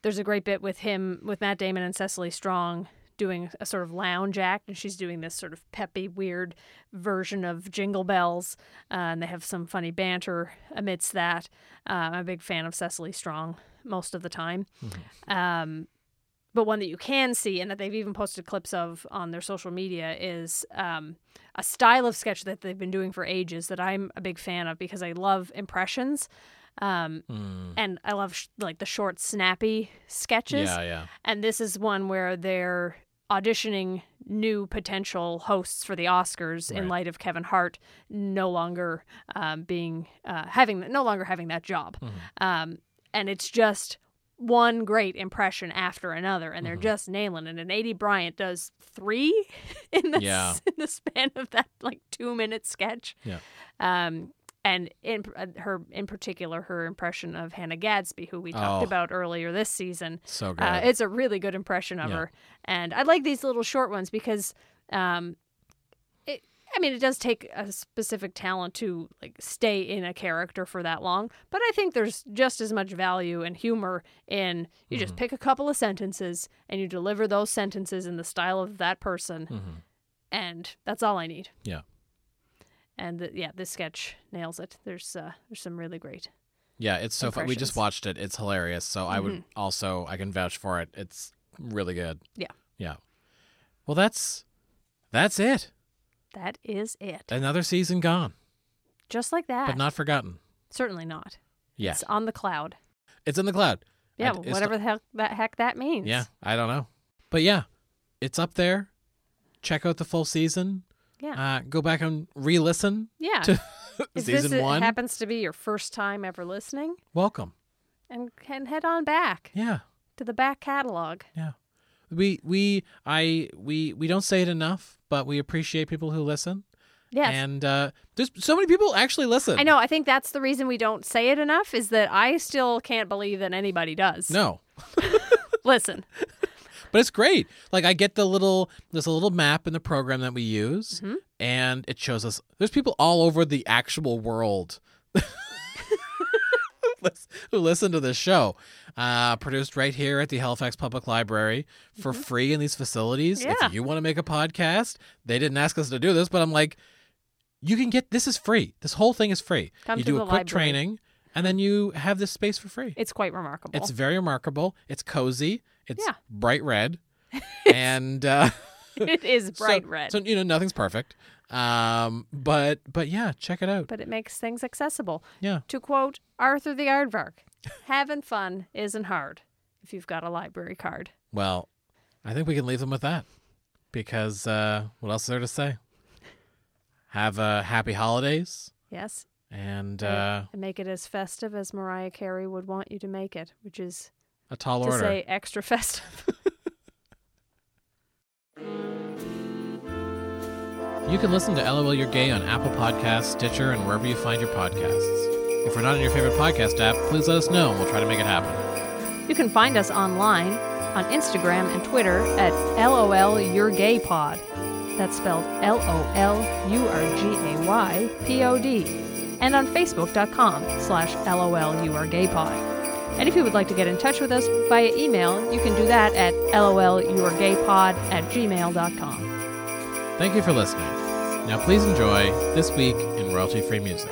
[SPEAKER 2] there's a great bit with him with Matt Damon and Cecily Strong doing a sort of lounge act, and she's doing this sort of peppy, weird version of Jingle Bells, uh, and they have some funny banter amidst that. Uh, I'm a big fan of Cecily Strong most of the time. Um, but one that you can see and that they've even posted clips of on their social media is um, a style of sketch that they've been doing for ages that I'm a big fan of because I love impressions. Um,
[SPEAKER 1] Mm.
[SPEAKER 2] and I love sh- like the short, snappy sketches.
[SPEAKER 1] Yeah, yeah.
[SPEAKER 2] And this is one where they're auditioning new potential hosts for the Oscars in
[SPEAKER 1] Right.
[SPEAKER 2] light of Kevin Hart no longer um, being uh, having no longer having that job.
[SPEAKER 1] Mm-hmm.
[SPEAKER 2] Um, and it's just one great impression after another, and they're
[SPEAKER 1] Mm-hmm.
[SPEAKER 2] just nailing it. And Ady Bryant does three in the
[SPEAKER 1] Yeah.
[SPEAKER 2] in the span of that like two minute sketch.
[SPEAKER 1] Yeah.
[SPEAKER 2] Um, and in uh, her in particular, her impression of Hannah Gadsby, who we talked
[SPEAKER 1] Oh.
[SPEAKER 2] about earlier this season,
[SPEAKER 1] So good.
[SPEAKER 2] uh, it's a really good impression of
[SPEAKER 1] Yeah.
[SPEAKER 2] her, and I like these little short ones because um, it, I mean, it does take a specific talent to like stay in a character for that long, but I think there's just as much value and humor in you
[SPEAKER 1] Mm-hmm.
[SPEAKER 2] just pick a couple of sentences and you deliver those sentences in the style of that person, and that's all I need.
[SPEAKER 1] Mm-hmm. Yeah.
[SPEAKER 2] And th yeah, this sketch nails it. There's uh, there's some really great.
[SPEAKER 1] Yeah, it's so fun. We just
[SPEAKER 2] Impressions. Mm-hmm.
[SPEAKER 1] watched it. It's hilarious. So I would also I can vouch for it. It's really good.
[SPEAKER 2] Yeah.
[SPEAKER 1] Yeah. Well, that's that's it.
[SPEAKER 2] That is it.
[SPEAKER 1] Another season gone,
[SPEAKER 2] just like that.
[SPEAKER 1] but not forgotten.
[SPEAKER 2] Certainly not.
[SPEAKER 1] Yeah.
[SPEAKER 2] It's on the cloud.
[SPEAKER 1] It's in the cloud. I-
[SPEAKER 2] Yeah,
[SPEAKER 1] it's
[SPEAKER 2] whatever the heck that heck that means.
[SPEAKER 1] Yeah, I don't know. But yeah, it's up there. Check out the full season.
[SPEAKER 2] Yeah.
[SPEAKER 1] Uh, go back and re-listen
[SPEAKER 2] yeah.
[SPEAKER 1] to
[SPEAKER 2] if
[SPEAKER 1] season
[SPEAKER 2] this i-
[SPEAKER 1] one.
[SPEAKER 2] happens to be your first time ever listening,
[SPEAKER 1] Welcome.
[SPEAKER 2] and can head on back
[SPEAKER 1] Yeah,
[SPEAKER 2] to the back catalog.
[SPEAKER 1] yeah. We we I we we don't say it enough, but we appreciate people who listen.
[SPEAKER 2] Yes.
[SPEAKER 1] And uh, there's so many people actually listen.
[SPEAKER 2] I know. I think that's the reason we don't say it enough is that I still can't believe that anybody does.
[SPEAKER 1] No,
[SPEAKER 2] Listen.
[SPEAKER 1] but it's great. Like I get the little there's a little map in the program that we use,
[SPEAKER 2] Mm-hmm.
[SPEAKER 1] and it shows us there's people all over the actual world who listen to this show. Uh, produced right here at the Halifax Public Library for free in these facilities.
[SPEAKER 2] Mm-hmm. Yeah.
[SPEAKER 1] If you want to make a podcast, they didn't ask us to do this, but I'm like, you can get this is free. This whole thing is free.
[SPEAKER 2] Come
[SPEAKER 1] you
[SPEAKER 2] to
[SPEAKER 1] do
[SPEAKER 2] the
[SPEAKER 1] a quick
[SPEAKER 2] library. Mm-hmm.
[SPEAKER 1] training, and then you have this space for free.
[SPEAKER 2] It's quite remarkable.
[SPEAKER 1] It's very remarkable. It's cozy. It's
[SPEAKER 2] Yeah.
[SPEAKER 1] bright red. and uh,
[SPEAKER 2] It is
[SPEAKER 1] so-
[SPEAKER 2] bright red.
[SPEAKER 1] So you know, nothing's perfect. Um, but but yeah, check it out.
[SPEAKER 2] but it makes things accessible.
[SPEAKER 1] yeah,
[SPEAKER 2] To quote Arthur the Aardvark, having fun isn't hard if you've got a library card.
[SPEAKER 1] well, I think we can leave them with that because uh, what else is there to say? Have uh, happy holidays
[SPEAKER 2] Yes.
[SPEAKER 1] and uh,
[SPEAKER 2] Right. and make it as festive as Mariah Carey would want you to make it, which is
[SPEAKER 1] a tall
[SPEAKER 2] to
[SPEAKER 1] order.
[SPEAKER 2] say extra festive.
[SPEAKER 1] You can listen to LOL You're Gay on Apple Podcasts, Stitcher, and wherever you find your podcasts. If we're not on your favorite podcast app, please let us know and we'll try to make it happen.
[SPEAKER 2] you can find us online on Instagram and Twitter at LOL Your Gay Pod. That's spelled L O L U R G A Y P O D. And on Facebook.com slash LOL You Are Gay Pod. And if you would like to get in touch with us via email, you can do that at LOL You Are Gay Pod at gmail.com.
[SPEAKER 1] Thank you for listening. Now, please enjoy This Week in Royalty Free Music.